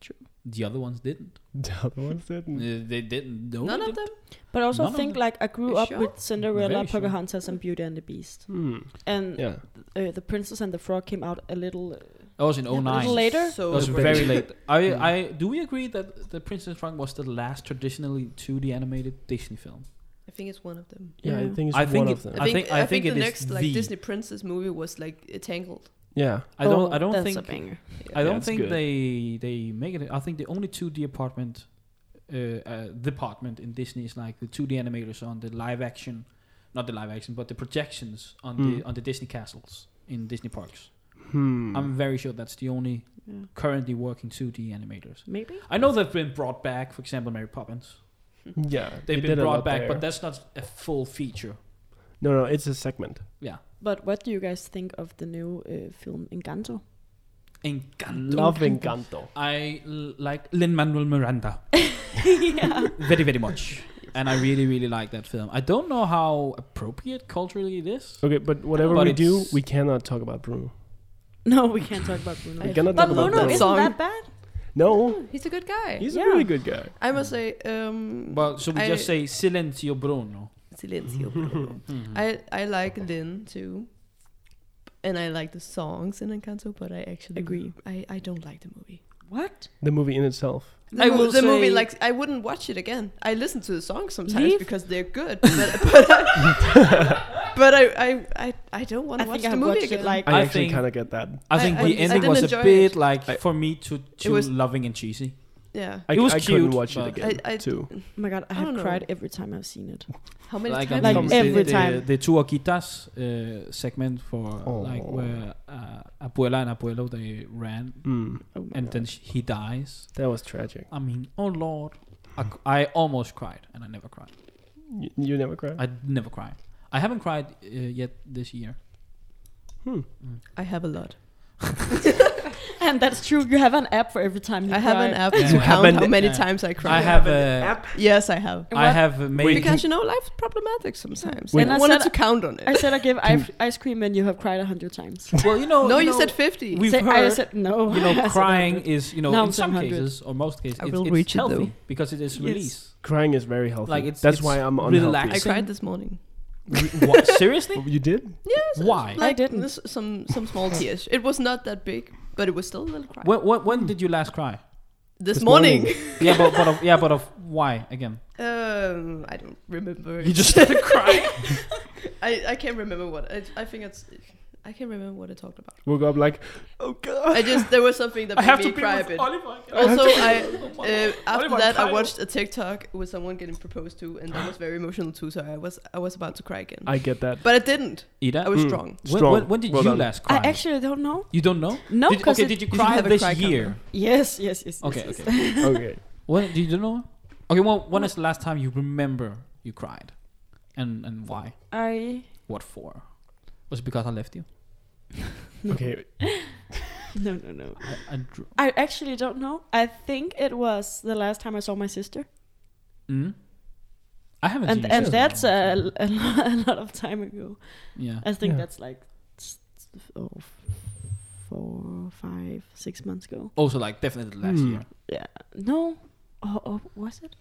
Speaker 3: True.
Speaker 4: The other ones didn't.
Speaker 1: The other ones didn't.
Speaker 4: Uh, They didn't. No,
Speaker 3: None
Speaker 4: they
Speaker 3: of them.
Speaker 2: but I also
Speaker 4: None of
Speaker 2: think
Speaker 4: them.
Speaker 2: like I grew
Speaker 3: You
Speaker 2: up
Speaker 3: sure?
Speaker 2: with Cinderella,
Speaker 4: Very sure.
Speaker 2: Pocahontas, and Beauty and the Beast.
Speaker 1: Hmm.
Speaker 2: And
Speaker 1: Yeah.
Speaker 2: uh, the Princess and the Frog came out a little. Uh,
Speaker 4: That was in
Speaker 2: Yeah, but
Speaker 4: 09.
Speaker 2: it's late. Later?
Speaker 4: That
Speaker 3: So
Speaker 4: oh, was
Speaker 1: It's very
Speaker 4: very late. I,
Speaker 1: Mm.
Speaker 4: I do we agree that the Princess Frog was the last traditionally 2D animated Disney film?
Speaker 3: I think it's one of them.
Speaker 1: Yeah, I
Speaker 2: Yeah.
Speaker 1: think it's
Speaker 4: I
Speaker 1: one
Speaker 4: think
Speaker 1: of
Speaker 4: it-
Speaker 1: them.
Speaker 4: I
Speaker 3: I think,
Speaker 4: think- I think
Speaker 3: the
Speaker 4: it is
Speaker 3: next like
Speaker 4: the-
Speaker 3: Disney princess movie was like uh, Tangled.
Speaker 1: yeah.
Speaker 4: I don't.
Speaker 2: oh,
Speaker 4: I don't
Speaker 2: that's
Speaker 4: think.
Speaker 2: a banger.
Speaker 4: I
Speaker 1: Yeah,
Speaker 4: don't
Speaker 1: it's
Speaker 4: think
Speaker 1: good.
Speaker 4: they they make it. I think the only 2D apartment, uh, uh, department in Disney is like the 2D animators on the live action, not the live action, but the projections on the
Speaker 1: Mm.
Speaker 4: on the Disney castles in Disney parks.
Speaker 1: Hmm.
Speaker 4: I'm very sure that's the only
Speaker 2: Yeah.
Speaker 4: currently working 2D animators.
Speaker 2: Maybe.
Speaker 4: I know they've been brought back. For example, Mary Poppins.
Speaker 1: yeah. they
Speaker 4: They've
Speaker 1: did
Speaker 4: been
Speaker 1: a
Speaker 4: brought
Speaker 1: lot
Speaker 4: back,
Speaker 1: there.
Speaker 4: but that's not a full feature.
Speaker 1: no, no, it's a segment.
Speaker 4: Yeah.
Speaker 2: But what do you guys think of the new uh, film Encanto?
Speaker 4: Encanto.
Speaker 1: Love Encanto.
Speaker 4: I l- like Lin Manuel Miranda
Speaker 2: yeah.
Speaker 4: very, very much. And I really, really like that film. I don't know how appropriate culturally it is.
Speaker 1: Okay, but whatever
Speaker 4: But
Speaker 1: we do,
Speaker 4: it's-
Speaker 1: we cannot talk about Bruno.
Speaker 2: No, we can't talk about Bruno.
Speaker 1: We
Speaker 3: I-
Speaker 1: cannot
Speaker 2: But
Speaker 1: talk about
Speaker 2: Bruno
Speaker 1: Bruno.
Speaker 2: isn't
Speaker 3: Song.
Speaker 2: that bad.
Speaker 1: No,
Speaker 3: He's a good guy.
Speaker 1: he's
Speaker 2: Yeah.
Speaker 1: a really good guy.
Speaker 3: I must say, um,
Speaker 4: Well, so we
Speaker 3: I-
Speaker 4: just say Silenzio Bruno.
Speaker 3: Silencio. Bruno. I I like Lin too, and I like the songs in Encanto, but I actually
Speaker 2: Agree.
Speaker 3: I, I don't like the movie.
Speaker 2: What?
Speaker 1: The movie in itself.
Speaker 3: The,
Speaker 4: I
Speaker 3: mo-
Speaker 4: will
Speaker 3: the movie
Speaker 4: say-
Speaker 3: like I wouldn't watch it again. I listen to the songs sometimes
Speaker 2: Leave.
Speaker 3: because they're good, but but I, but I, I I I don't want
Speaker 2: I
Speaker 3: to watch
Speaker 2: think
Speaker 3: the
Speaker 2: I've
Speaker 3: movie
Speaker 2: watched
Speaker 3: again.
Speaker 2: it like
Speaker 1: I,
Speaker 4: I
Speaker 1: actually
Speaker 4: think-
Speaker 1: kind of get that.
Speaker 4: I
Speaker 3: I-
Speaker 4: think
Speaker 3: I-
Speaker 4: the
Speaker 3: I
Speaker 4: ending
Speaker 3: didn't
Speaker 4: was a
Speaker 3: enjoy
Speaker 4: bit
Speaker 3: it.
Speaker 4: like
Speaker 1: I-
Speaker 4: for me too too
Speaker 3: was-
Speaker 4: loving and cheesy.
Speaker 3: yeah.
Speaker 1: I,
Speaker 4: It was
Speaker 1: I
Speaker 4: cute,
Speaker 1: couldn't watch it
Speaker 4: but-
Speaker 1: again,
Speaker 3: I- I-
Speaker 1: too.
Speaker 2: Oh my god, I,
Speaker 3: I
Speaker 2: have
Speaker 3: don't know.
Speaker 2: cried every time I've seen it.
Speaker 3: How many
Speaker 4: Like,
Speaker 3: times?
Speaker 2: Like
Speaker 4: on
Speaker 3: have
Speaker 4: the,
Speaker 3: you
Speaker 2: every
Speaker 3: seen
Speaker 4: the,
Speaker 3: it?
Speaker 2: time.
Speaker 4: The, the two Akitas uh, segment for like
Speaker 1: Oh.
Speaker 4: where uh, Abuela and Abuelo they ran
Speaker 1: Mm,
Speaker 2: Oh my
Speaker 4: and
Speaker 2: god.
Speaker 4: then she, he dies.
Speaker 1: that was tragic.
Speaker 4: I mean, oh lord. I, c- I almost cried, and I never cried.
Speaker 1: You, you never cry?
Speaker 4: I never cry. I haven't cried uh, yet this year.
Speaker 1: hmm.
Speaker 3: I have a lot.
Speaker 2: and that's true. You have an app for every time you
Speaker 3: I have
Speaker 2: cry.
Speaker 3: an app
Speaker 4: Yeah.
Speaker 3: to
Speaker 4: You
Speaker 1: have
Speaker 3: count
Speaker 1: an-
Speaker 3: how many
Speaker 4: Yeah.
Speaker 3: times I cry.
Speaker 4: I have a,
Speaker 3: Yes, I have.
Speaker 4: I have made
Speaker 3: Because you know life's problematic sometimes.
Speaker 2: Wait.
Speaker 3: And I
Speaker 2: And I
Speaker 3: wanted
Speaker 2: said-
Speaker 3: to count on it.
Speaker 2: I said I give ice, ice cream and you have cried a hundred times.
Speaker 4: well, you know,
Speaker 3: no, you,
Speaker 4: know,
Speaker 3: said fifty.
Speaker 4: We've
Speaker 2: Say- I
Speaker 4: heard,
Speaker 2: said no.
Speaker 4: you
Speaker 2: I said
Speaker 4: know,
Speaker 2: a
Speaker 4: crying
Speaker 2: hundred.
Speaker 4: is, you know,
Speaker 2: Now
Speaker 4: in
Speaker 2: it's
Speaker 4: some
Speaker 2: 100.
Speaker 4: cases or most cases,
Speaker 3: I
Speaker 4: it's,
Speaker 3: will
Speaker 4: it's
Speaker 3: reach it,
Speaker 4: healthy
Speaker 3: though.
Speaker 4: because it is
Speaker 2: Yes.
Speaker 4: release.
Speaker 1: Crying is very healthy.
Speaker 4: Like, it's-
Speaker 1: That's
Speaker 4: it's
Speaker 1: why I'm unhealthy.
Speaker 3: I
Speaker 4: relaxing.
Speaker 3: cried this morning.
Speaker 4: what? Seriously?
Speaker 1: You did?
Speaker 3: Yes.
Speaker 4: Why?
Speaker 2: I didn't.
Speaker 3: this- some some small tears. It was not that big, but it was still a little cry.
Speaker 4: When, when, when did you last cry?
Speaker 3: this,
Speaker 1: this
Speaker 3: morning.
Speaker 4: Yeah, but, but of, yeah, but of why again?
Speaker 3: um, I don't remember.
Speaker 4: You just started crying.
Speaker 3: I, I can't remember what. I, I think it's. I can't remember what I talked about.
Speaker 1: Woke up like, oh god.
Speaker 3: I just there was something that
Speaker 4: I
Speaker 3: made
Speaker 4: have
Speaker 3: me
Speaker 4: to be
Speaker 3: cry a
Speaker 4: with
Speaker 3: bit.
Speaker 4: Oliver. again.
Speaker 3: Also, I
Speaker 4: my
Speaker 3: uh, after
Speaker 4: Oliver
Speaker 3: that I
Speaker 4: Kyle.
Speaker 3: watched a TikTok with someone getting proposed to, and that was very emotional too. So I was I was about to cry again,
Speaker 1: I get that.
Speaker 3: but I didn't.
Speaker 4: Ida,
Speaker 3: I was
Speaker 1: Mm.
Speaker 3: strong.
Speaker 4: when,
Speaker 1: Strong.
Speaker 4: when, when did
Speaker 1: Well
Speaker 4: you
Speaker 1: done.
Speaker 4: last
Speaker 2: I
Speaker 4: cry?
Speaker 2: actually don't know.
Speaker 4: you don't know?
Speaker 2: No,
Speaker 4: Did you,
Speaker 2: because
Speaker 4: okay, did you
Speaker 3: you
Speaker 4: cry
Speaker 3: have a
Speaker 4: this
Speaker 3: cry count.
Speaker 4: year?
Speaker 2: yes, yes, yes, yes.
Speaker 4: Okay,
Speaker 2: yes.
Speaker 4: okay.
Speaker 1: okay.
Speaker 4: When do you know? Okay, well, when is the last time you remember you cried, and and why?
Speaker 2: I
Speaker 4: What for? Was it because I left you?
Speaker 1: Okay.
Speaker 2: no no no.
Speaker 4: I, I drew.
Speaker 2: I actually don't know. I think it was the last time I saw my sister,
Speaker 4: Mm? I haven't.
Speaker 2: and
Speaker 4: seen your
Speaker 2: and
Speaker 4: sister
Speaker 2: that's uh,
Speaker 4: in a
Speaker 2: a,
Speaker 4: long time.
Speaker 2: a, lo- a lot of time ago.
Speaker 4: yeah.
Speaker 2: I think
Speaker 1: Yeah.
Speaker 2: that's like s- s- oh, four, five, six months ago.
Speaker 4: Also, like definitely last
Speaker 1: Hmm.
Speaker 4: year.
Speaker 2: Yeah. No. Oh, oh, was it?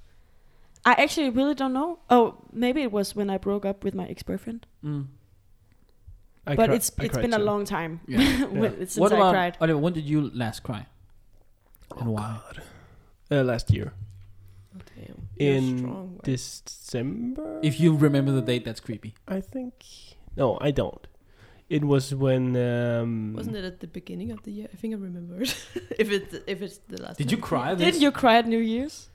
Speaker 2: I actually really don't know. Oh, maybe it was when I broke up with my ex-boyfriend.
Speaker 4: Mm.
Speaker 1: I
Speaker 2: but
Speaker 1: cri-
Speaker 2: it's
Speaker 1: I
Speaker 2: it's
Speaker 1: cried
Speaker 2: been a
Speaker 1: too.
Speaker 2: long time
Speaker 4: Yeah.
Speaker 2: when- since
Speaker 4: what about
Speaker 2: I cried. Oh,
Speaker 4: Oliver? When did you last cry? And why?
Speaker 1: Uh, last year.
Speaker 3: Damn,
Speaker 1: In December?
Speaker 4: If you remember the date, that's creepy.
Speaker 1: I think. No, I don't. It was when. Um,
Speaker 3: Wasn't it at the beginning of the year? I think I remember it. if it if it's the last.
Speaker 4: Did you
Speaker 3: time.
Speaker 4: cry?
Speaker 2: Did
Speaker 4: this?
Speaker 2: you cry at New Year's?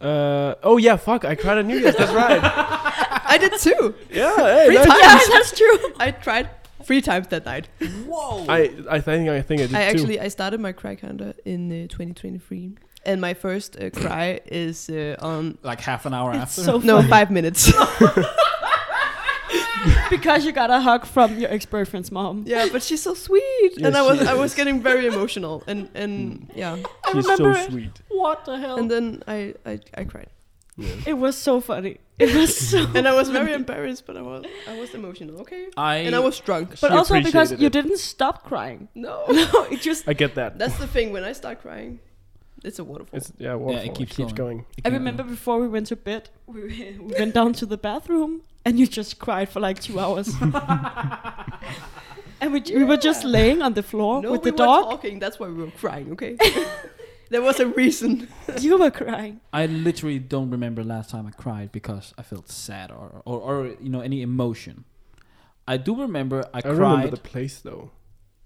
Speaker 1: Uh, oh, yeah, fuck. I cried at New Year's. That's right.
Speaker 3: I did too.
Speaker 1: Yeah, hey,
Speaker 3: Three
Speaker 1: that's-
Speaker 3: times.
Speaker 2: that's true.
Speaker 3: I tried three times that night.
Speaker 4: Whoa!
Speaker 1: I I think I think I did
Speaker 3: I
Speaker 1: too.
Speaker 3: actually I started my cry counter in uh, 2023, and my first uh, cry is uh, on
Speaker 4: like half an hour
Speaker 2: It's
Speaker 4: after.
Speaker 2: so
Speaker 3: no
Speaker 2: funny.
Speaker 3: five minutes.
Speaker 2: because you got a hug from your ex-boyfriend's mom.
Speaker 3: yeah, but she's so sweet,
Speaker 1: Yes,
Speaker 3: and I was
Speaker 1: she
Speaker 3: I was
Speaker 1: is.
Speaker 3: getting very emotional, and and yeah,
Speaker 2: I
Speaker 1: She's so
Speaker 2: remember it.
Speaker 1: sweet.
Speaker 2: What the hell?
Speaker 3: and then I I, I cried,
Speaker 1: Yeah.
Speaker 2: it was so funny. It was so.
Speaker 3: and I was very embarrassed, but I was I was emotional, okay,
Speaker 4: I,
Speaker 3: and I was drunk.
Speaker 2: But
Speaker 1: She
Speaker 2: also because
Speaker 1: appreciated
Speaker 2: you
Speaker 1: it.
Speaker 2: didn't stop crying.
Speaker 3: No,
Speaker 2: No, it just.
Speaker 1: I get that.
Speaker 3: that's the thing. When I start crying, it's a waterfall.
Speaker 1: It's yeah, waterfall. it keeps,
Speaker 4: keeps going.
Speaker 1: going.
Speaker 2: I remember before we went to bed, we, we went down to the bathroom and you just cried for like two hours. and we, we were just
Speaker 3: Yeah.
Speaker 2: laying on the floor
Speaker 3: no,
Speaker 2: with
Speaker 3: we
Speaker 2: the
Speaker 3: were
Speaker 2: dog.
Speaker 3: talking. That's why we were crying. Okay, there was a reason.
Speaker 2: You were crying.
Speaker 4: I literally don't remember last time I cried because I felt sad or or, or you know any emotion. I do remember I,
Speaker 1: I
Speaker 4: cried
Speaker 1: remember the place though.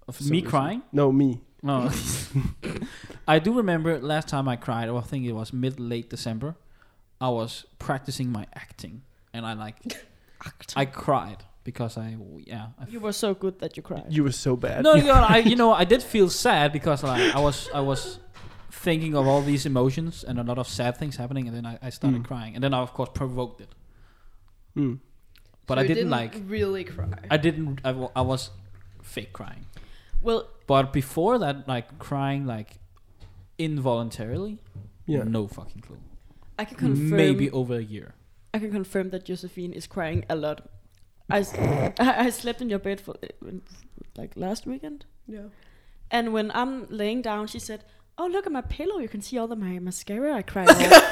Speaker 4: of
Speaker 1: for
Speaker 4: me
Speaker 1: some reason.
Speaker 4: crying.
Speaker 1: No, me.
Speaker 4: No, I do remember last time I cried. Well, I think it was mid late December. I was practicing my acting, and I like I cried because I yeah. I
Speaker 2: You were so good that you cried.
Speaker 1: You were so bad.
Speaker 4: no, no, I you know I did feel sad because like I was I was thinking of all these emotions and a lot of sad things happening, and then I, I started
Speaker 1: Mm.
Speaker 4: crying, and then I of course provoked it,
Speaker 1: Mm.
Speaker 4: but
Speaker 3: So
Speaker 4: I
Speaker 3: you
Speaker 4: didn't, like
Speaker 3: really cry.
Speaker 4: I didn't I, wa- I was fake crying,
Speaker 2: well,
Speaker 4: but before that like crying like involuntarily,
Speaker 1: Yeah.
Speaker 4: no fucking clue.
Speaker 2: I can confirm.
Speaker 4: Maybe over a year.
Speaker 2: I can confirm that Josephine is crying a lot. I, s- I- I slept in your bed for uh, like last weekend,
Speaker 3: yeah.
Speaker 2: and when I'm laying down, she said, "Oh, look at my pillow. You can see all the my mascara I cried off."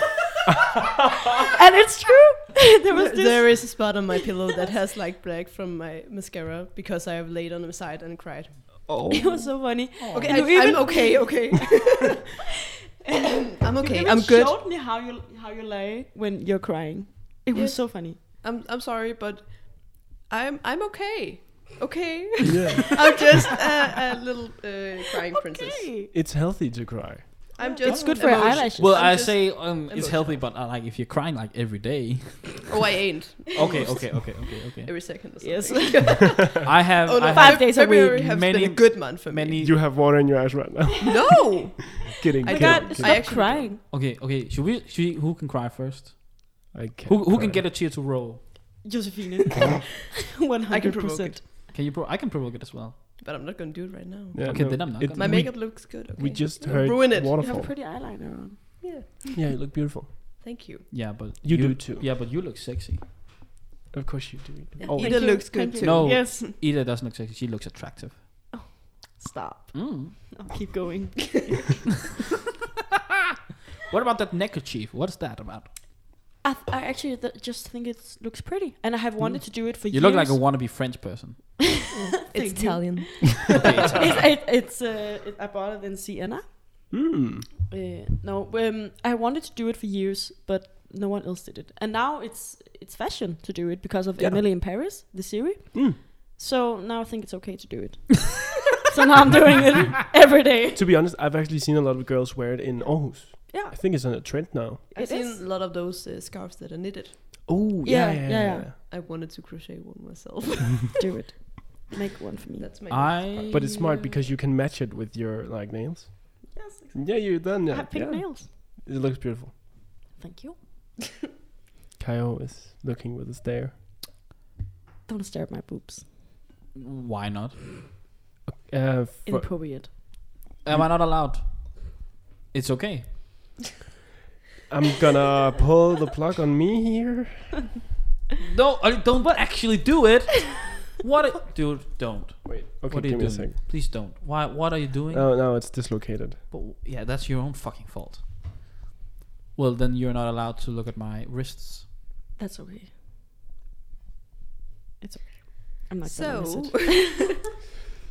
Speaker 2: and it's true. there was
Speaker 3: Th-
Speaker 2: this.
Speaker 3: there is a spot on my pillow that has like black from my mascara because I have laid on the side and cried.
Speaker 1: Oh.
Speaker 2: It was so funny.
Speaker 3: Okay,
Speaker 2: You
Speaker 3: Oh, I,
Speaker 2: even-
Speaker 3: I'm okay, okay. I'm
Speaker 2: You
Speaker 3: okay,
Speaker 2: even
Speaker 3: I'm good.
Speaker 2: Showed me how you how you lay when you're crying. It was
Speaker 3: Yes.
Speaker 2: so funny.
Speaker 3: I'm I'm sorry, but I'm I'm okay. Okay.
Speaker 1: yeah.
Speaker 3: I'm just a, a little uh, crying princess.
Speaker 2: Okay.
Speaker 1: It's healthy to cry.
Speaker 3: I'm just
Speaker 2: It's good for your
Speaker 3: emotion-
Speaker 2: eyelashes.
Speaker 4: Well,
Speaker 3: I'm
Speaker 4: I
Speaker 3: just-
Speaker 4: say um, it's
Speaker 3: emotional.
Speaker 4: healthy, but I like if you're crying like every day.
Speaker 3: Oh, I ain't.
Speaker 4: okay, okay, okay, okay, okay.
Speaker 3: Every second. Or
Speaker 2: Yes.
Speaker 3: something.
Speaker 4: I have
Speaker 3: oh, no,
Speaker 4: I
Speaker 2: Five
Speaker 4: have
Speaker 3: Feb-
Speaker 2: days a
Speaker 3: February
Speaker 4: week,
Speaker 3: has
Speaker 4: many-
Speaker 3: been a good month for me.
Speaker 4: many.
Speaker 1: You have water in your eyes right now.
Speaker 3: No.
Speaker 1: kidding.
Speaker 2: My
Speaker 3: I
Speaker 1: kidding,
Speaker 3: can't-
Speaker 2: God,
Speaker 1: kidding.
Speaker 2: stop
Speaker 3: I actually
Speaker 2: crying.
Speaker 4: Okay, okay. Should we? Should we who can cry first?
Speaker 1: I can't
Speaker 4: Who, who can
Speaker 1: cry.
Speaker 4: get a cheer to roll?
Speaker 2: Josephine. One
Speaker 3: I can
Speaker 2: hundred
Speaker 3: provoke
Speaker 2: percent.
Speaker 3: it,
Speaker 4: Can you? Pro- I can provoke it as well.
Speaker 3: but I'm not gonna do it right now.
Speaker 1: Yeah,
Speaker 4: okay,
Speaker 1: no,
Speaker 4: then I'm not
Speaker 1: it-
Speaker 4: gonna.
Speaker 3: My
Speaker 1: we-
Speaker 3: makeup looks good. Okay.
Speaker 1: We just
Speaker 3: Don't
Speaker 1: heard
Speaker 3: ruin it.
Speaker 2: You have
Speaker 1: waterfall.
Speaker 2: pretty eyeliner on.
Speaker 3: Yeah.
Speaker 1: yeah, you look beautiful.
Speaker 3: Thank you.
Speaker 4: yeah, but
Speaker 1: You do too.
Speaker 4: Yeah, but you look sexy.
Speaker 1: Of course you do.
Speaker 3: Oh,
Speaker 2: Thank
Speaker 3: Ida
Speaker 2: you,
Speaker 3: looks
Speaker 2: thank
Speaker 3: good
Speaker 2: you.
Speaker 3: too.
Speaker 4: No.
Speaker 3: Yes.
Speaker 4: Ida doesn't look sexy. She looks attractive.
Speaker 2: Stop.
Speaker 4: Mm.
Speaker 2: No, keep going.
Speaker 4: What about that neckerchief? What's that about?
Speaker 2: I, th- I actually th- just think it looks pretty, and I have wanted
Speaker 3: Mm.
Speaker 2: to do it for
Speaker 4: You
Speaker 2: years.
Speaker 4: look like a wannabe French person.
Speaker 2: It's Thank you. Italian.
Speaker 4: Okay, it's-
Speaker 2: it's it, it's uh, it, I bought it in Siena.
Speaker 1: Hmm.
Speaker 2: Uh, no, um, I wanted to do it for years, but no one else did it, and now it's it's fashion to do it because of
Speaker 1: Yeah.
Speaker 2: Emily in Paris, the series.
Speaker 1: Mm.
Speaker 2: So now I think it's okay to do it. so now I'm doing it every day.
Speaker 1: To be honest, I've actually seen a lot of girls wear it in Aarhus.
Speaker 2: Yeah,
Speaker 1: I think it's on a trend now.
Speaker 3: I've
Speaker 2: it
Speaker 3: seen
Speaker 2: is.
Speaker 3: a lot of those uh, scarves that are knitted.
Speaker 1: Oh
Speaker 2: Yeah, yeah, yeah.
Speaker 3: I wanted to crochet one myself.
Speaker 2: do it. Make one for me.
Speaker 3: That's my.
Speaker 4: I.
Speaker 1: But it's smart because you can match it with your like nails.
Speaker 2: Yes,
Speaker 1: Yeah, you're done.
Speaker 2: I
Speaker 1: Yeah,
Speaker 2: have pink
Speaker 1: yeah.
Speaker 2: nails.
Speaker 1: It looks beautiful.
Speaker 2: Thank you.
Speaker 1: Kyo is looking with a stare.
Speaker 2: Don't stare at my boobs.
Speaker 4: Why not?
Speaker 1: Uh, for,
Speaker 2: Inappropriate.
Speaker 4: Am I not allowed? It's okay.
Speaker 1: I'm gonna pull the plug on me here.
Speaker 4: No, I don't actually do it. What, a- dude? Don't.
Speaker 1: Wait, okay,
Speaker 4: what are
Speaker 1: give
Speaker 4: you
Speaker 1: me a Uh,
Speaker 4: doing?
Speaker 1: second.
Speaker 4: Please don't. Why? What are you doing?
Speaker 1: No, no, it's dislocated.
Speaker 4: but yeah, that's your own fucking fault. Well, then you're not allowed to look at my wrists.
Speaker 2: That's okay. It's okay. I'm not gonna miss
Speaker 3: so oh,
Speaker 2: it.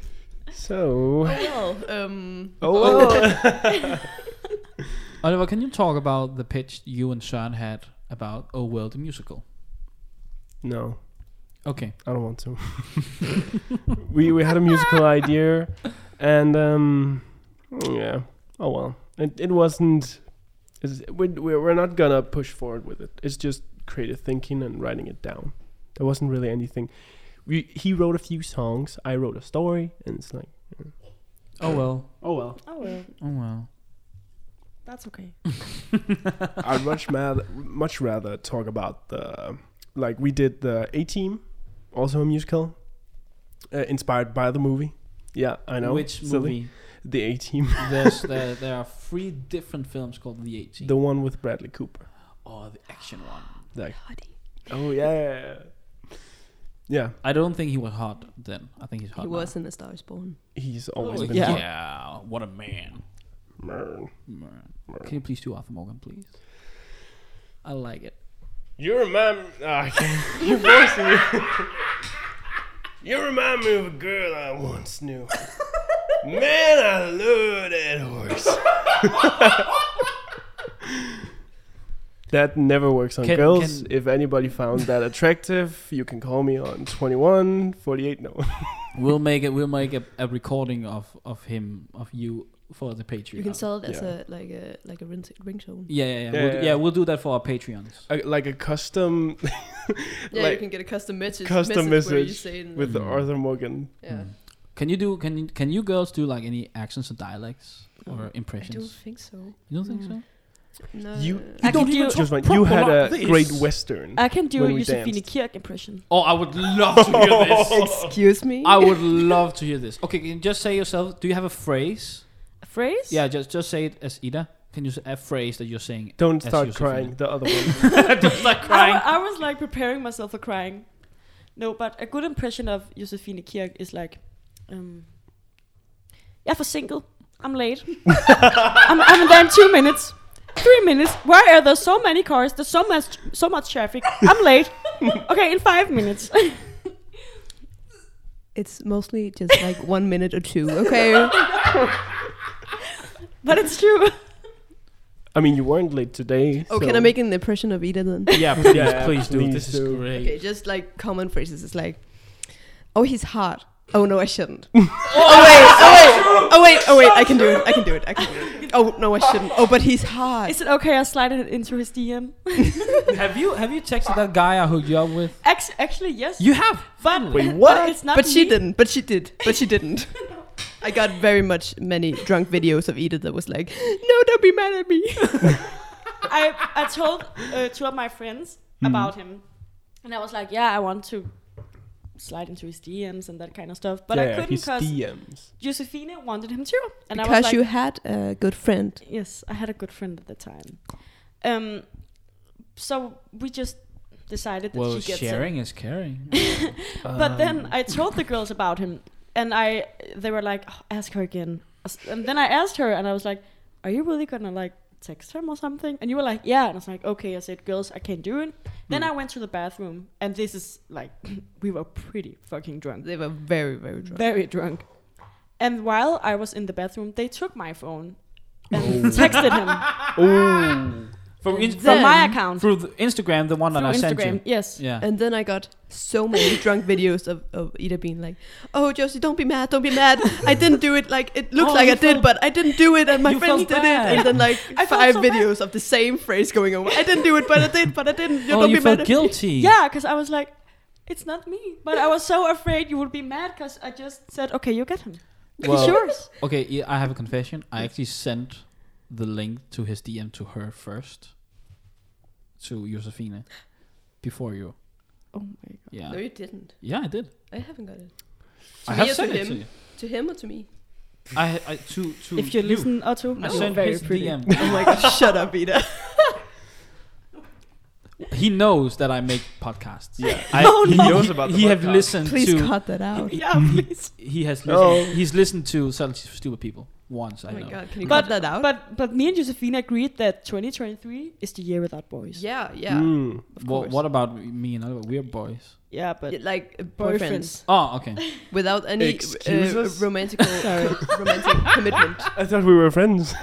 Speaker 1: So,
Speaker 3: well, um,
Speaker 1: oh, well.
Speaker 4: Oliver, can you talk about the pitch you and Sean had about Oh Well the musical?
Speaker 1: no,
Speaker 4: Okay.
Speaker 1: I don't want to. we we had a musical idea, and um, yeah. Oh well, it it wasn't. It's, we we're we're not gonna push forward with it. It's just creative thinking and writing it down. There wasn't really anything. we he wrote a few songs, I wrote a story, and it's like,
Speaker 4: Oh well.
Speaker 1: oh well.
Speaker 2: Oh well,
Speaker 4: Oh well.
Speaker 2: that's okay.
Speaker 1: Mm. I'd much rather much rather talk about the like we did the A Team, also a musical, uh, inspired by the movie. Yeah, I know.
Speaker 4: Which
Speaker 1: silly.
Speaker 4: movie?
Speaker 1: The A Team,
Speaker 4: There's there, there are three different films called The 18.
Speaker 1: the one with Bradley Cooper.
Speaker 4: oh, the action one.
Speaker 1: Like, oh yeah, yeah.
Speaker 4: I don't think he was hot then. I think he's hot.
Speaker 3: He
Speaker 4: now.
Speaker 3: was in The Star is Born.
Speaker 1: He's always
Speaker 4: Oh,
Speaker 1: been
Speaker 4: yeah.
Speaker 1: hot.
Speaker 4: yeah. What a man.
Speaker 1: Brr.
Speaker 4: Man. Can you please do Arthur Morgan, please? I like it.
Speaker 1: You remind me. ah, I can't- You're voicing it. you remind me of a girl I once knew. Man, I love that horse. that never works on
Speaker 4: Can-
Speaker 1: girls.
Speaker 4: can-
Speaker 1: If anybody found that attractive, you can call me on 21 48. No.
Speaker 4: We'll make it. We'll make a, a recording of of him of you for the Patreon.
Speaker 3: You can sell it as
Speaker 1: Yeah.
Speaker 3: a like a like a ring, ringtone.
Speaker 4: Yeah, yeah, yeah.
Speaker 1: Yeah,
Speaker 4: we'll, do-
Speaker 1: yeah,
Speaker 4: yeah,
Speaker 1: yeah.
Speaker 4: we'll do that for our Patreons.
Speaker 1: I, like a custom
Speaker 3: Yeah,
Speaker 1: Like,
Speaker 3: you can get a custom message.
Speaker 1: custom
Speaker 3: where you
Speaker 1: message
Speaker 3: say in the-
Speaker 1: with
Speaker 4: Mm.
Speaker 1: Arthur Morgan.
Speaker 4: Hmm.
Speaker 3: yeah.
Speaker 4: Can you do? Can you, can you girls do like any accents or dialects or
Speaker 2: Oh,
Speaker 3: No, I don't
Speaker 4: impressions?
Speaker 3: think so.
Speaker 4: you don't think so?
Speaker 3: No.
Speaker 1: You-
Speaker 2: I don't can even do-
Speaker 1: Just like you had a great western.
Speaker 2: I can do a
Speaker 1: When we
Speaker 2: Josephine
Speaker 1: danced.
Speaker 2: Kirk impression.
Speaker 4: Oh, I would love to hear this.
Speaker 3: Excuse me.
Speaker 4: I would love to hear this. Okay, can you just say yourself? Do you have a phrase?
Speaker 2: A phrase?
Speaker 4: Yeah, just just say it as Ida. Can you say a phrase that you're saying?
Speaker 1: Don't
Speaker 4: That's
Speaker 1: start
Speaker 4: Josephine.
Speaker 1: crying. The other one.
Speaker 4: just like
Speaker 2: I,
Speaker 4: crying.
Speaker 2: wa- I was like preparing myself for crying. No, but a good impression of Josephine Kirk is like, um, yeah, for single, I'm late. I'm, I'm there in two minutes, three minutes. Why are there so many cars? There's so much, so much traffic. I'm late. Okay, in five minutes.
Speaker 3: It's mostly just like one minute or two. Okay.
Speaker 2: but it's true.
Speaker 1: I mean, you weren't late today.
Speaker 3: Oh,
Speaker 1: so-
Speaker 3: can I make an impression of Ida then?
Speaker 4: Yeah, please,
Speaker 1: Yeah,
Speaker 4: please do.
Speaker 1: please
Speaker 4: this
Speaker 1: do.
Speaker 4: is great.
Speaker 3: Okay, just like common phrases. It's like, oh, he's hot. Oh no, I shouldn't. oh, wait, oh wait, oh wait, oh wait. I can do it. I can do it. I can do it. Oh no, I shouldn't. Oh, but he's hot.
Speaker 2: Is it okay? I slide it into his DM.
Speaker 4: Have you have you texted that guy I hooked you up with?
Speaker 2: Act- actually, yes.
Speaker 4: You have.
Speaker 2: but,
Speaker 1: Wait,
Speaker 2: but
Speaker 1: what?
Speaker 2: it's not
Speaker 3: But she
Speaker 2: me.
Speaker 3: didn't. But she did. But she didn't. I got very much many drunk videos of Ida that was like, no, don't be mad at me.
Speaker 2: I, I told uh, two of my friends
Speaker 1: Hmm.
Speaker 2: about him, and I was like, "Yeah, I want to slide into his DMs and that kind of stuff," but I
Speaker 1: Yeah,
Speaker 2: couldn't
Speaker 1: his
Speaker 2: because
Speaker 1: DMs.
Speaker 2: Josefina wanted him too, and I was
Speaker 3: Because
Speaker 2: like,
Speaker 3: you had a good friend.
Speaker 2: "Yes, I had a good friend at the time." Um, so we just decided that
Speaker 4: Well,
Speaker 2: she gets
Speaker 4: sharing is caring.
Speaker 2: it. But
Speaker 4: Um,
Speaker 2: then
Speaker 1: Um,
Speaker 2: I told the girls about him, and I they were like, "Oh, "Ask her again," and then I asked her, and I was like, "Are you really gonna like?" text him or something and you were like yeah and i was like okay i said girls i can't do it
Speaker 4: Hmm.
Speaker 2: Then I went to the bathroom, and this is like, we were pretty fucking drunk.
Speaker 3: They were very, very drunk.
Speaker 2: Very drunk. And while I was in the bathroom, they took my phone
Speaker 4: Oh.
Speaker 2: and texted him Ah!
Speaker 4: from in-
Speaker 2: from my
Speaker 3: Then-
Speaker 2: account.
Speaker 4: through the Instagram, the one
Speaker 2: through
Speaker 4: that I sent
Speaker 2: Instagram,
Speaker 4: you.
Speaker 2: yes.
Speaker 4: Yeah.
Speaker 3: And then I got so many drunk videos of, of Ida being like, "Oh, Josie, don't be mad, don't be mad. I didn't do it. Like it looks
Speaker 4: Oh,
Speaker 3: like
Speaker 4: you
Speaker 3: I did,
Speaker 4: felt-
Speaker 3: but I didn't do it, and my
Speaker 4: You
Speaker 3: friends
Speaker 4: felt
Speaker 3: did
Speaker 4: bad.
Speaker 3: it." And then like
Speaker 2: I felt
Speaker 3: five
Speaker 2: so bad.
Speaker 3: videos of the same phrase going on. I didn't do it, but I did, but I didn't. You
Speaker 4: oh,
Speaker 3: don't
Speaker 4: you
Speaker 3: be mad.
Speaker 4: felt
Speaker 3: at-
Speaker 4: guilty.
Speaker 2: Yeah, because I was like, it's not me. But I was so afraid you would be mad because I just said, okay, you get him.
Speaker 4: Well-
Speaker 2: He's yours.
Speaker 4: Okay, yeah, I have a confession. I actually sent the link to his DM to her first, to Josefina, before you.
Speaker 2: Oh my god.
Speaker 4: Yeah.
Speaker 3: No, you didn't.
Speaker 4: Yeah, I did.
Speaker 3: I haven't got it
Speaker 4: I
Speaker 3: me
Speaker 4: have
Speaker 3: or to
Speaker 4: sent it
Speaker 3: him?
Speaker 4: to you.
Speaker 3: to him or to me.
Speaker 4: I, I to to
Speaker 2: If you listen, Otto,
Speaker 4: I
Speaker 2: you're
Speaker 4: sent
Speaker 2: very
Speaker 4: his
Speaker 2: pretty.
Speaker 4: DM.
Speaker 3: I'm like, shut up, Ida.
Speaker 4: He knows that I make podcasts.
Speaker 1: Yeah.
Speaker 4: I,
Speaker 2: No,
Speaker 4: he
Speaker 2: no.
Speaker 1: knows about the
Speaker 4: He have
Speaker 1: podcast.
Speaker 4: listened
Speaker 3: Please
Speaker 4: to.
Speaker 3: cut that out.
Speaker 2: Yeah, please.
Speaker 4: He has listened,
Speaker 1: No.
Speaker 4: he's listened to Silence for Stupid People once.
Speaker 3: Oh
Speaker 4: I
Speaker 3: my
Speaker 4: know.
Speaker 3: god, can you
Speaker 2: But-
Speaker 3: cut that out?
Speaker 2: But but me and Josephine agreed that 2023 is the year without boys.
Speaker 3: yeah, yeah,
Speaker 1: Mm.
Speaker 3: of
Speaker 4: Wha-
Speaker 3: course.
Speaker 4: what about me and other weird boys?
Speaker 2: Yeah, but
Speaker 3: Yeah, like
Speaker 2: boyfriends.
Speaker 3: boyfriends
Speaker 4: Oh, okay.
Speaker 3: without any uh,
Speaker 1: Excuses?
Speaker 3: romantic
Speaker 2: Sorry.
Speaker 3: romantic commitment.
Speaker 1: I thought we were friends.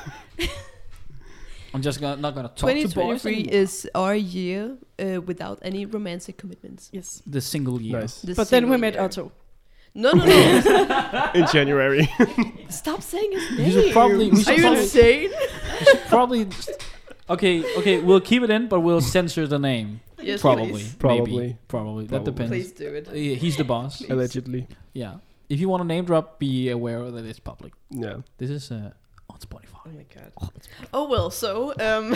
Speaker 4: I'm just gonna, not gonna talk to boys.
Speaker 3: 2023
Speaker 4: anymore.
Speaker 3: is our year uh, without any romantic commitments.
Speaker 2: Yes.
Speaker 4: the single year.
Speaker 1: Nice.
Speaker 3: The
Speaker 2: But then we
Speaker 3: single
Speaker 2: met
Speaker 3: year.
Speaker 2: Otto.
Speaker 3: No, no, no.
Speaker 1: In January.
Speaker 3: Stop saying his name.
Speaker 4: You should probably- we should
Speaker 3: Are you
Speaker 4: probably-
Speaker 3: insane?
Speaker 4: Probably. Okay, okay, we'll keep it in, but we'll censor the name.
Speaker 3: Yes,
Speaker 4: probably, Uh,
Speaker 3: please.
Speaker 1: Probably.
Speaker 4: maybe, probably. That
Speaker 1: Probably.
Speaker 4: depends.
Speaker 3: Please do it.
Speaker 4: Yeah, he's the boss.
Speaker 3: Please.
Speaker 1: Allegedly.
Speaker 4: Yeah. If you want a name drop, be aware that it's public.
Speaker 1: Yeah.
Speaker 4: This is uh, on Spotify.
Speaker 3: my god. Oh well, so um,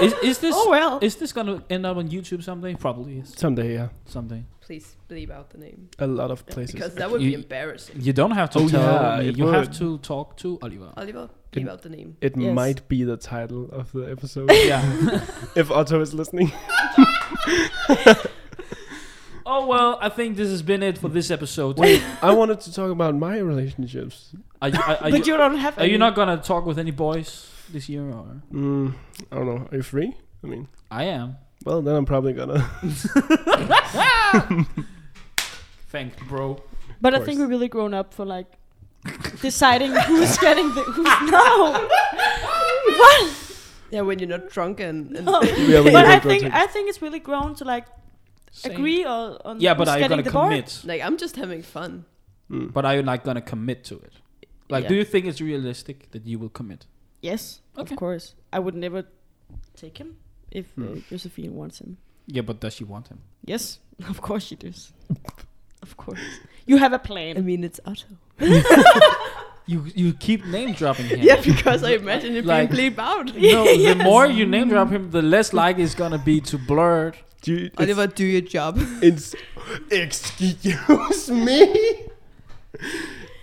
Speaker 4: Is, is this
Speaker 2: Oh well.
Speaker 4: is this gonna end up on YouTube someday? Probably is
Speaker 1: Someday, yeah.
Speaker 4: someday.
Speaker 3: please bleep out the name
Speaker 1: A lot of
Speaker 3: Yeah,
Speaker 1: places.
Speaker 3: because that would be
Speaker 4: You-
Speaker 3: embarrassing.
Speaker 4: You don't have to
Speaker 1: Oh,
Speaker 4: tell
Speaker 1: yeah,
Speaker 4: me.
Speaker 1: it
Speaker 4: You have
Speaker 1: would.
Speaker 4: to talk to Oliver.
Speaker 3: Oliver,
Speaker 1: Can-
Speaker 3: bleep out the name.
Speaker 1: it
Speaker 2: Yes.
Speaker 1: might be the title of the episode
Speaker 4: yeah.
Speaker 1: if Otto is listening.
Speaker 4: Oh well, I think this has been it for this episode.
Speaker 1: I wanted to talk about my relationships.
Speaker 4: Are you, are, are
Speaker 2: but
Speaker 4: you,
Speaker 2: you don't have.
Speaker 4: are
Speaker 2: any.
Speaker 4: you not gonna talk with any boys this year? Or
Speaker 1: Mm, I don't know. Are you free? I mean,
Speaker 4: I am.
Speaker 1: well, then I'm probably gonna.
Speaker 4: Thank bro.
Speaker 2: But I
Speaker 1: course.
Speaker 2: think we're really grown up for like deciding who's getting the who's no. what?
Speaker 3: Yeah, when you're not drunk and, and
Speaker 2: No.
Speaker 1: Yeah, we
Speaker 2: but
Speaker 1: don't
Speaker 2: I
Speaker 1: go
Speaker 2: think
Speaker 1: to-
Speaker 2: I think it's really grown to like agree or on
Speaker 4: Yeah, but
Speaker 2: who's
Speaker 4: are you
Speaker 2: getting
Speaker 4: gonna
Speaker 2: the bar.
Speaker 4: commit?
Speaker 3: like I'm just having fun.
Speaker 1: Mm.
Speaker 4: But are you like gonna commit to it? Like,
Speaker 3: Yeah.
Speaker 4: do you think it's realistic that you will commit?
Speaker 2: Yes,
Speaker 4: Okay.
Speaker 2: of course. I would never take him if uh,
Speaker 1: Hmm.
Speaker 2: Josephine wants him.
Speaker 4: Yeah, but does she want him?
Speaker 2: Yes, of course she does. of course, you have a
Speaker 3: I
Speaker 2: plan.
Speaker 3: mean, it's Otto.
Speaker 4: You you keep name dropping him.
Speaker 3: Yeah, because I imagine it
Speaker 4: Like-
Speaker 3: being bleeped out.
Speaker 4: No, the more you name drop him, the less likely it's gonna be to blurt.
Speaker 1: Do you, it's,
Speaker 3: Oliver, do your job.
Speaker 1: it's excuse me.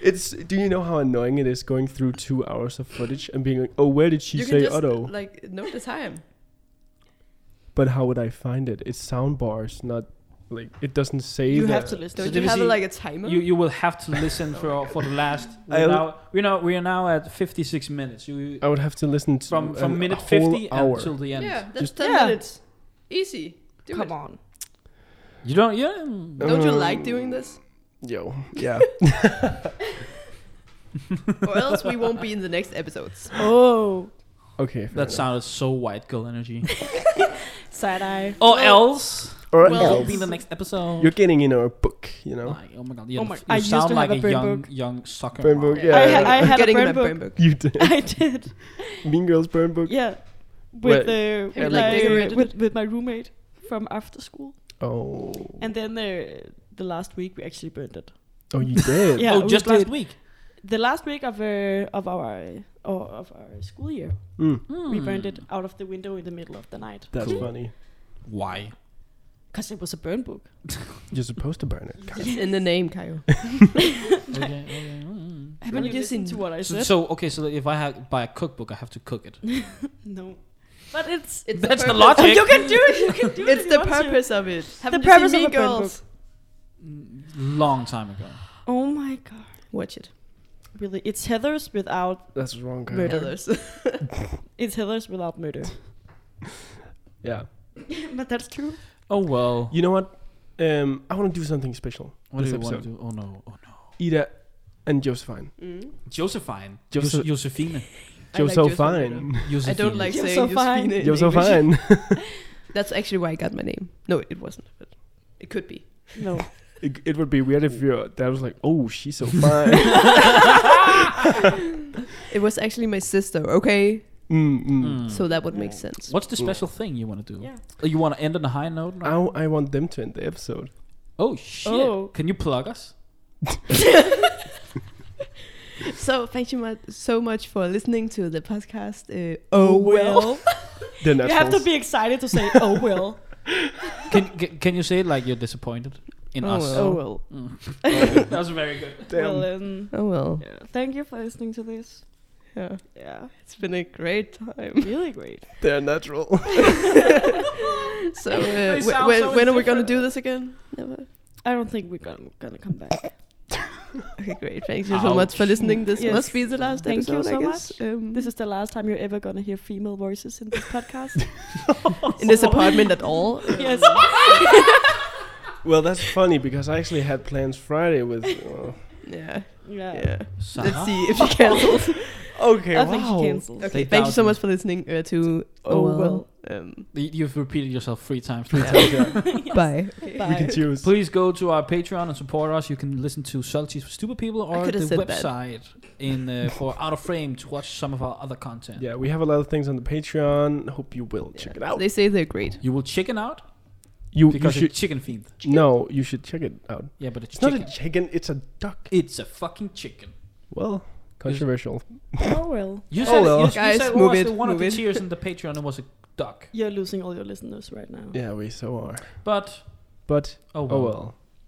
Speaker 1: It's. Do you know how annoying it is going through two hours of footage and being like, "Oh, where did she
Speaker 3: you
Speaker 1: say
Speaker 3: can just
Speaker 1: Otto?"
Speaker 3: like know the time.
Speaker 1: But how would I find it? It's sound bars, not like it doesn't say.
Speaker 2: You
Speaker 1: the-
Speaker 2: have to listen.
Speaker 3: Don't
Speaker 4: did
Speaker 3: you
Speaker 4: we
Speaker 3: have
Speaker 4: see-
Speaker 3: like a timer?
Speaker 4: You you will have to listen for for the last.
Speaker 1: I'll-
Speaker 4: We're now, we know we are now at fifty six minutes. You
Speaker 1: I would have to listen to
Speaker 4: from from
Speaker 1: an-
Speaker 4: minute
Speaker 1: a whole
Speaker 4: fifty
Speaker 1: hour.
Speaker 4: until the end.
Speaker 3: yeah, that's
Speaker 1: Just-
Speaker 3: ten
Speaker 2: Yeah.
Speaker 3: minutes. Easy. Do
Speaker 2: Come
Speaker 3: it.
Speaker 2: on.
Speaker 4: You don't. Yeah.
Speaker 3: Don't you
Speaker 1: Um,
Speaker 3: like doing this?
Speaker 1: Yo, yeah.
Speaker 3: Or else we won't be in the next episodes.
Speaker 2: Oh,
Speaker 1: Okay. fair
Speaker 4: That
Speaker 1: enough.
Speaker 4: sounded so white girl energy.
Speaker 2: side eye.
Speaker 4: or
Speaker 3: Well-
Speaker 4: else,
Speaker 1: Or
Speaker 3: Well,
Speaker 1: else
Speaker 4: it'll be the next episode.
Speaker 1: you're getting in our book, you know.
Speaker 4: Like, oh my god, you,
Speaker 2: Oh my-
Speaker 4: you
Speaker 2: I used to
Speaker 4: sound
Speaker 2: have
Speaker 4: like
Speaker 2: a
Speaker 4: a
Speaker 2: burn
Speaker 4: young
Speaker 2: book.
Speaker 4: young soccer
Speaker 1: Burn
Speaker 4: mom.
Speaker 1: book, Yeah.
Speaker 2: I, ha- I
Speaker 3: I'm
Speaker 2: had a
Speaker 3: getting
Speaker 2: burn
Speaker 3: my
Speaker 2: book.
Speaker 3: burn book.
Speaker 1: You did.
Speaker 2: I did.
Speaker 1: mean Girls burn book.
Speaker 2: Yeah,
Speaker 1: Wait,
Speaker 2: with the
Speaker 3: have you,
Speaker 2: with,
Speaker 3: like,
Speaker 2: my-
Speaker 3: decorated
Speaker 2: with, with my roommate from after school,
Speaker 1: Oh.
Speaker 2: and then the the last week we actually burned it.
Speaker 1: oh, you did.
Speaker 2: Yeah,
Speaker 4: oh,
Speaker 2: we
Speaker 4: just last
Speaker 2: did.
Speaker 4: week.
Speaker 2: The last week of uh, of our uh, or of our school year,
Speaker 1: Mm,
Speaker 2: we
Speaker 4: Hmm.
Speaker 2: burned it out of the window in the middle of the night
Speaker 1: that's
Speaker 4: Cool.
Speaker 1: funny.
Speaker 4: Why?
Speaker 2: because it was a burn book.
Speaker 1: You're supposed to burn it.
Speaker 3: It's in the name, Kyle.
Speaker 4: Okay, okay, mm.
Speaker 2: Haven't you
Speaker 3: Really?
Speaker 2: listened to what I
Speaker 4: So,
Speaker 2: said?
Speaker 4: so okay, so if I have buy a cookbook, I have to cook it.
Speaker 2: no, but it's
Speaker 3: It's
Speaker 4: That's
Speaker 3: the
Speaker 4: the
Speaker 3: purpose.
Speaker 4: logic.
Speaker 2: you can do it. You can do it.
Speaker 3: It's
Speaker 2: if you
Speaker 3: the
Speaker 2: want to.
Speaker 3: purpose of it. Haven't you
Speaker 2: purpose
Speaker 3: seen
Speaker 2: of
Speaker 3: Mean
Speaker 2: a burn
Speaker 3: Girls?
Speaker 4: Long time ago.
Speaker 2: Oh my god!
Speaker 3: Watch it.
Speaker 2: Really, it's Heather's without
Speaker 1: That's wrong. Kyle.
Speaker 2: Murder.
Speaker 3: Others.
Speaker 2: it's Heather's without murder.
Speaker 1: Yeah.
Speaker 2: but that's true.
Speaker 4: Oh well.
Speaker 1: You know what? Um, I want to do something special.
Speaker 4: what do
Speaker 1: this
Speaker 4: you want to
Speaker 1: episode.
Speaker 4: do? Oh no, oh no.
Speaker 1: Ida and Josephine.
Speaker 3: Mm.
Speaker 4: Josephine.
Speaker 1: Jose-
Speaker 4: Jose- Josephine.
Speaker 3: I like
Speaker 1: Josephine.
Speaker 3: I don't like
Speaker 2: You're
Speaker 3: saying
Speaker 2: so fine.
Speaker 3: Josephine. in English.
Speaker 1: Josephine.
Speaker 3: That's actually why I got my name. No, it wasn't. But it could be.
Speaker 2: No,
Speaker 1: it, it would be weird if your dad was like, "Oh, she's so fine."
Speaker 3: It was actually my sister, okay?
Speaker 1: mm, mm.
Speaker 4: Mm.
Speaker 3: So that would make sense.
Speaker 4: What's the special thing you want to do?
Speaker 2: yeah.
Speaker 4: Oh, You want to end on a high note? now?
Speaker 1: I, I want them to end the episode.
Speaker 4: Oh shit!
Speaker 2: Oh.
Speaker 4: Can you plug us?
Speaker 3: So thank you mu- so much for listening to the podcast. Uh, oh well.
Speaker 1: Then
Speaker 2: you have to be excited to say, "Oh well,
Speaker 4: Can, can can you say it like you're disappointed in
Speaker 3: Oh,
Speaker 4: us?
Speaker 3: well.
Speaker 2: oh well."
Speaker 4: Mm. that was very good.
Speaker 1: Damn.
Speaker 2: Well, um,
Speaker 3: Oh well.
Speaker 2: yeah. Thank you for listening to this.
Speaker 3: Yeah.
Speaker 2: Yeah,
Speaker 3: It's been a great time.
Speaker 2: really great.
Speaker 1: They're natural.
Speaker 3: So uh, wh-
Speaker 4: sound
Speaker 3: when,
Speaker 4: so
Speaker 3: when are we gonna
Speaker 4: different.
Speaker 3: do this again? Never.
Speaker 2: I don't think we're gonna gonna come back.
Speaker 3: Okay, great. Thank you so much for
Speaker 4: Ouch.
Speaker 3: listening. This
Speaker 2: Yes.
Speaker 3: must be the last
Speaker 2: Thank you
Speaker 3: episode,
Speaker 2: so
Speaker 3: I guess. Um,
Speaker 2: This is the last time you're ever gonna hear female voices in this podcast.
Speaker 3: in this apartment at all.
Speaker 2: yes.
Speaker 1: well, that's funny because I actually had plans Friday with. Uh,
Speaker 3: Yeah.
Speaker 2: Yeah.
Speaker 3: Yeah.
Speaker 4: Sarah?
Speaker 3: Let's see if you cancel.
Speaker 1: okay,
Speaker 2: I
Speaker 1: wow.
Speaker 2: think she cancels.
Speaker 3: Okay,
Speaker 4: They
Speaker 3: thank you so
Speaker 4: doubt
Speaker 3: much for listening uh, to
Speaker 2: Oh,
Speaker 3: Oh Well.
Speaker 2: well.
Speaker 3: Um,
Speaker 4: You- You've repeated yourself three times.
Speaker 3: Bye.
Speaker 1: You can
Speaker 2: Bye.
Speaker 1: choose.
Speaker 4: Please go to our Patreon and support us. You can listen to Salty for Stupid People or the
Speaker 3: coulda said that.
Speaker 4: website in uh, for Out of Frame to watch some of our other content.
Speaker 1: Yeah, we have a lot of things on the Patreon. Hope you will check it out.
Speaker 3: They say they're great.
Speaker 4: You will chicken out
Speaker 1: You, you
Speaker 4: because
Speaker 1: should
Speaker 4: it's chicken fiend.
Speaker 1: no. You should check it out.
Speaker 4: Yeah, but it's,
Speaker 1: It's
Speaker 4: chicken.
Speaker 1: not a chicken. It's a duck.
Speaker 4: it's a fucking chicken.
Speaker 1: Well, controversial.
Speaker 2: oh well.
Speaker 4: You
Speaker 3: Oh,
Speaker 4: said,
Speaker 3: well.
Speaker 4: you, you
Speaker 3: Guys,
Speaker 4: said
Speaker 3: move
Speaker 4: once
Speaker 3: it,
Speaker 4: that one of
Speaker 3: move
Speaker 4: the
Speaker 3: it.
Speaker 4: cheers in the Patreon it was a duck.
Speaker 2: You're losing all your listeners right now.
Speaker 1: Yeah, we so are.
Speaker 4: But
Speaker 1: But
Speaker 4: oh well.
Speaker 1: oh well.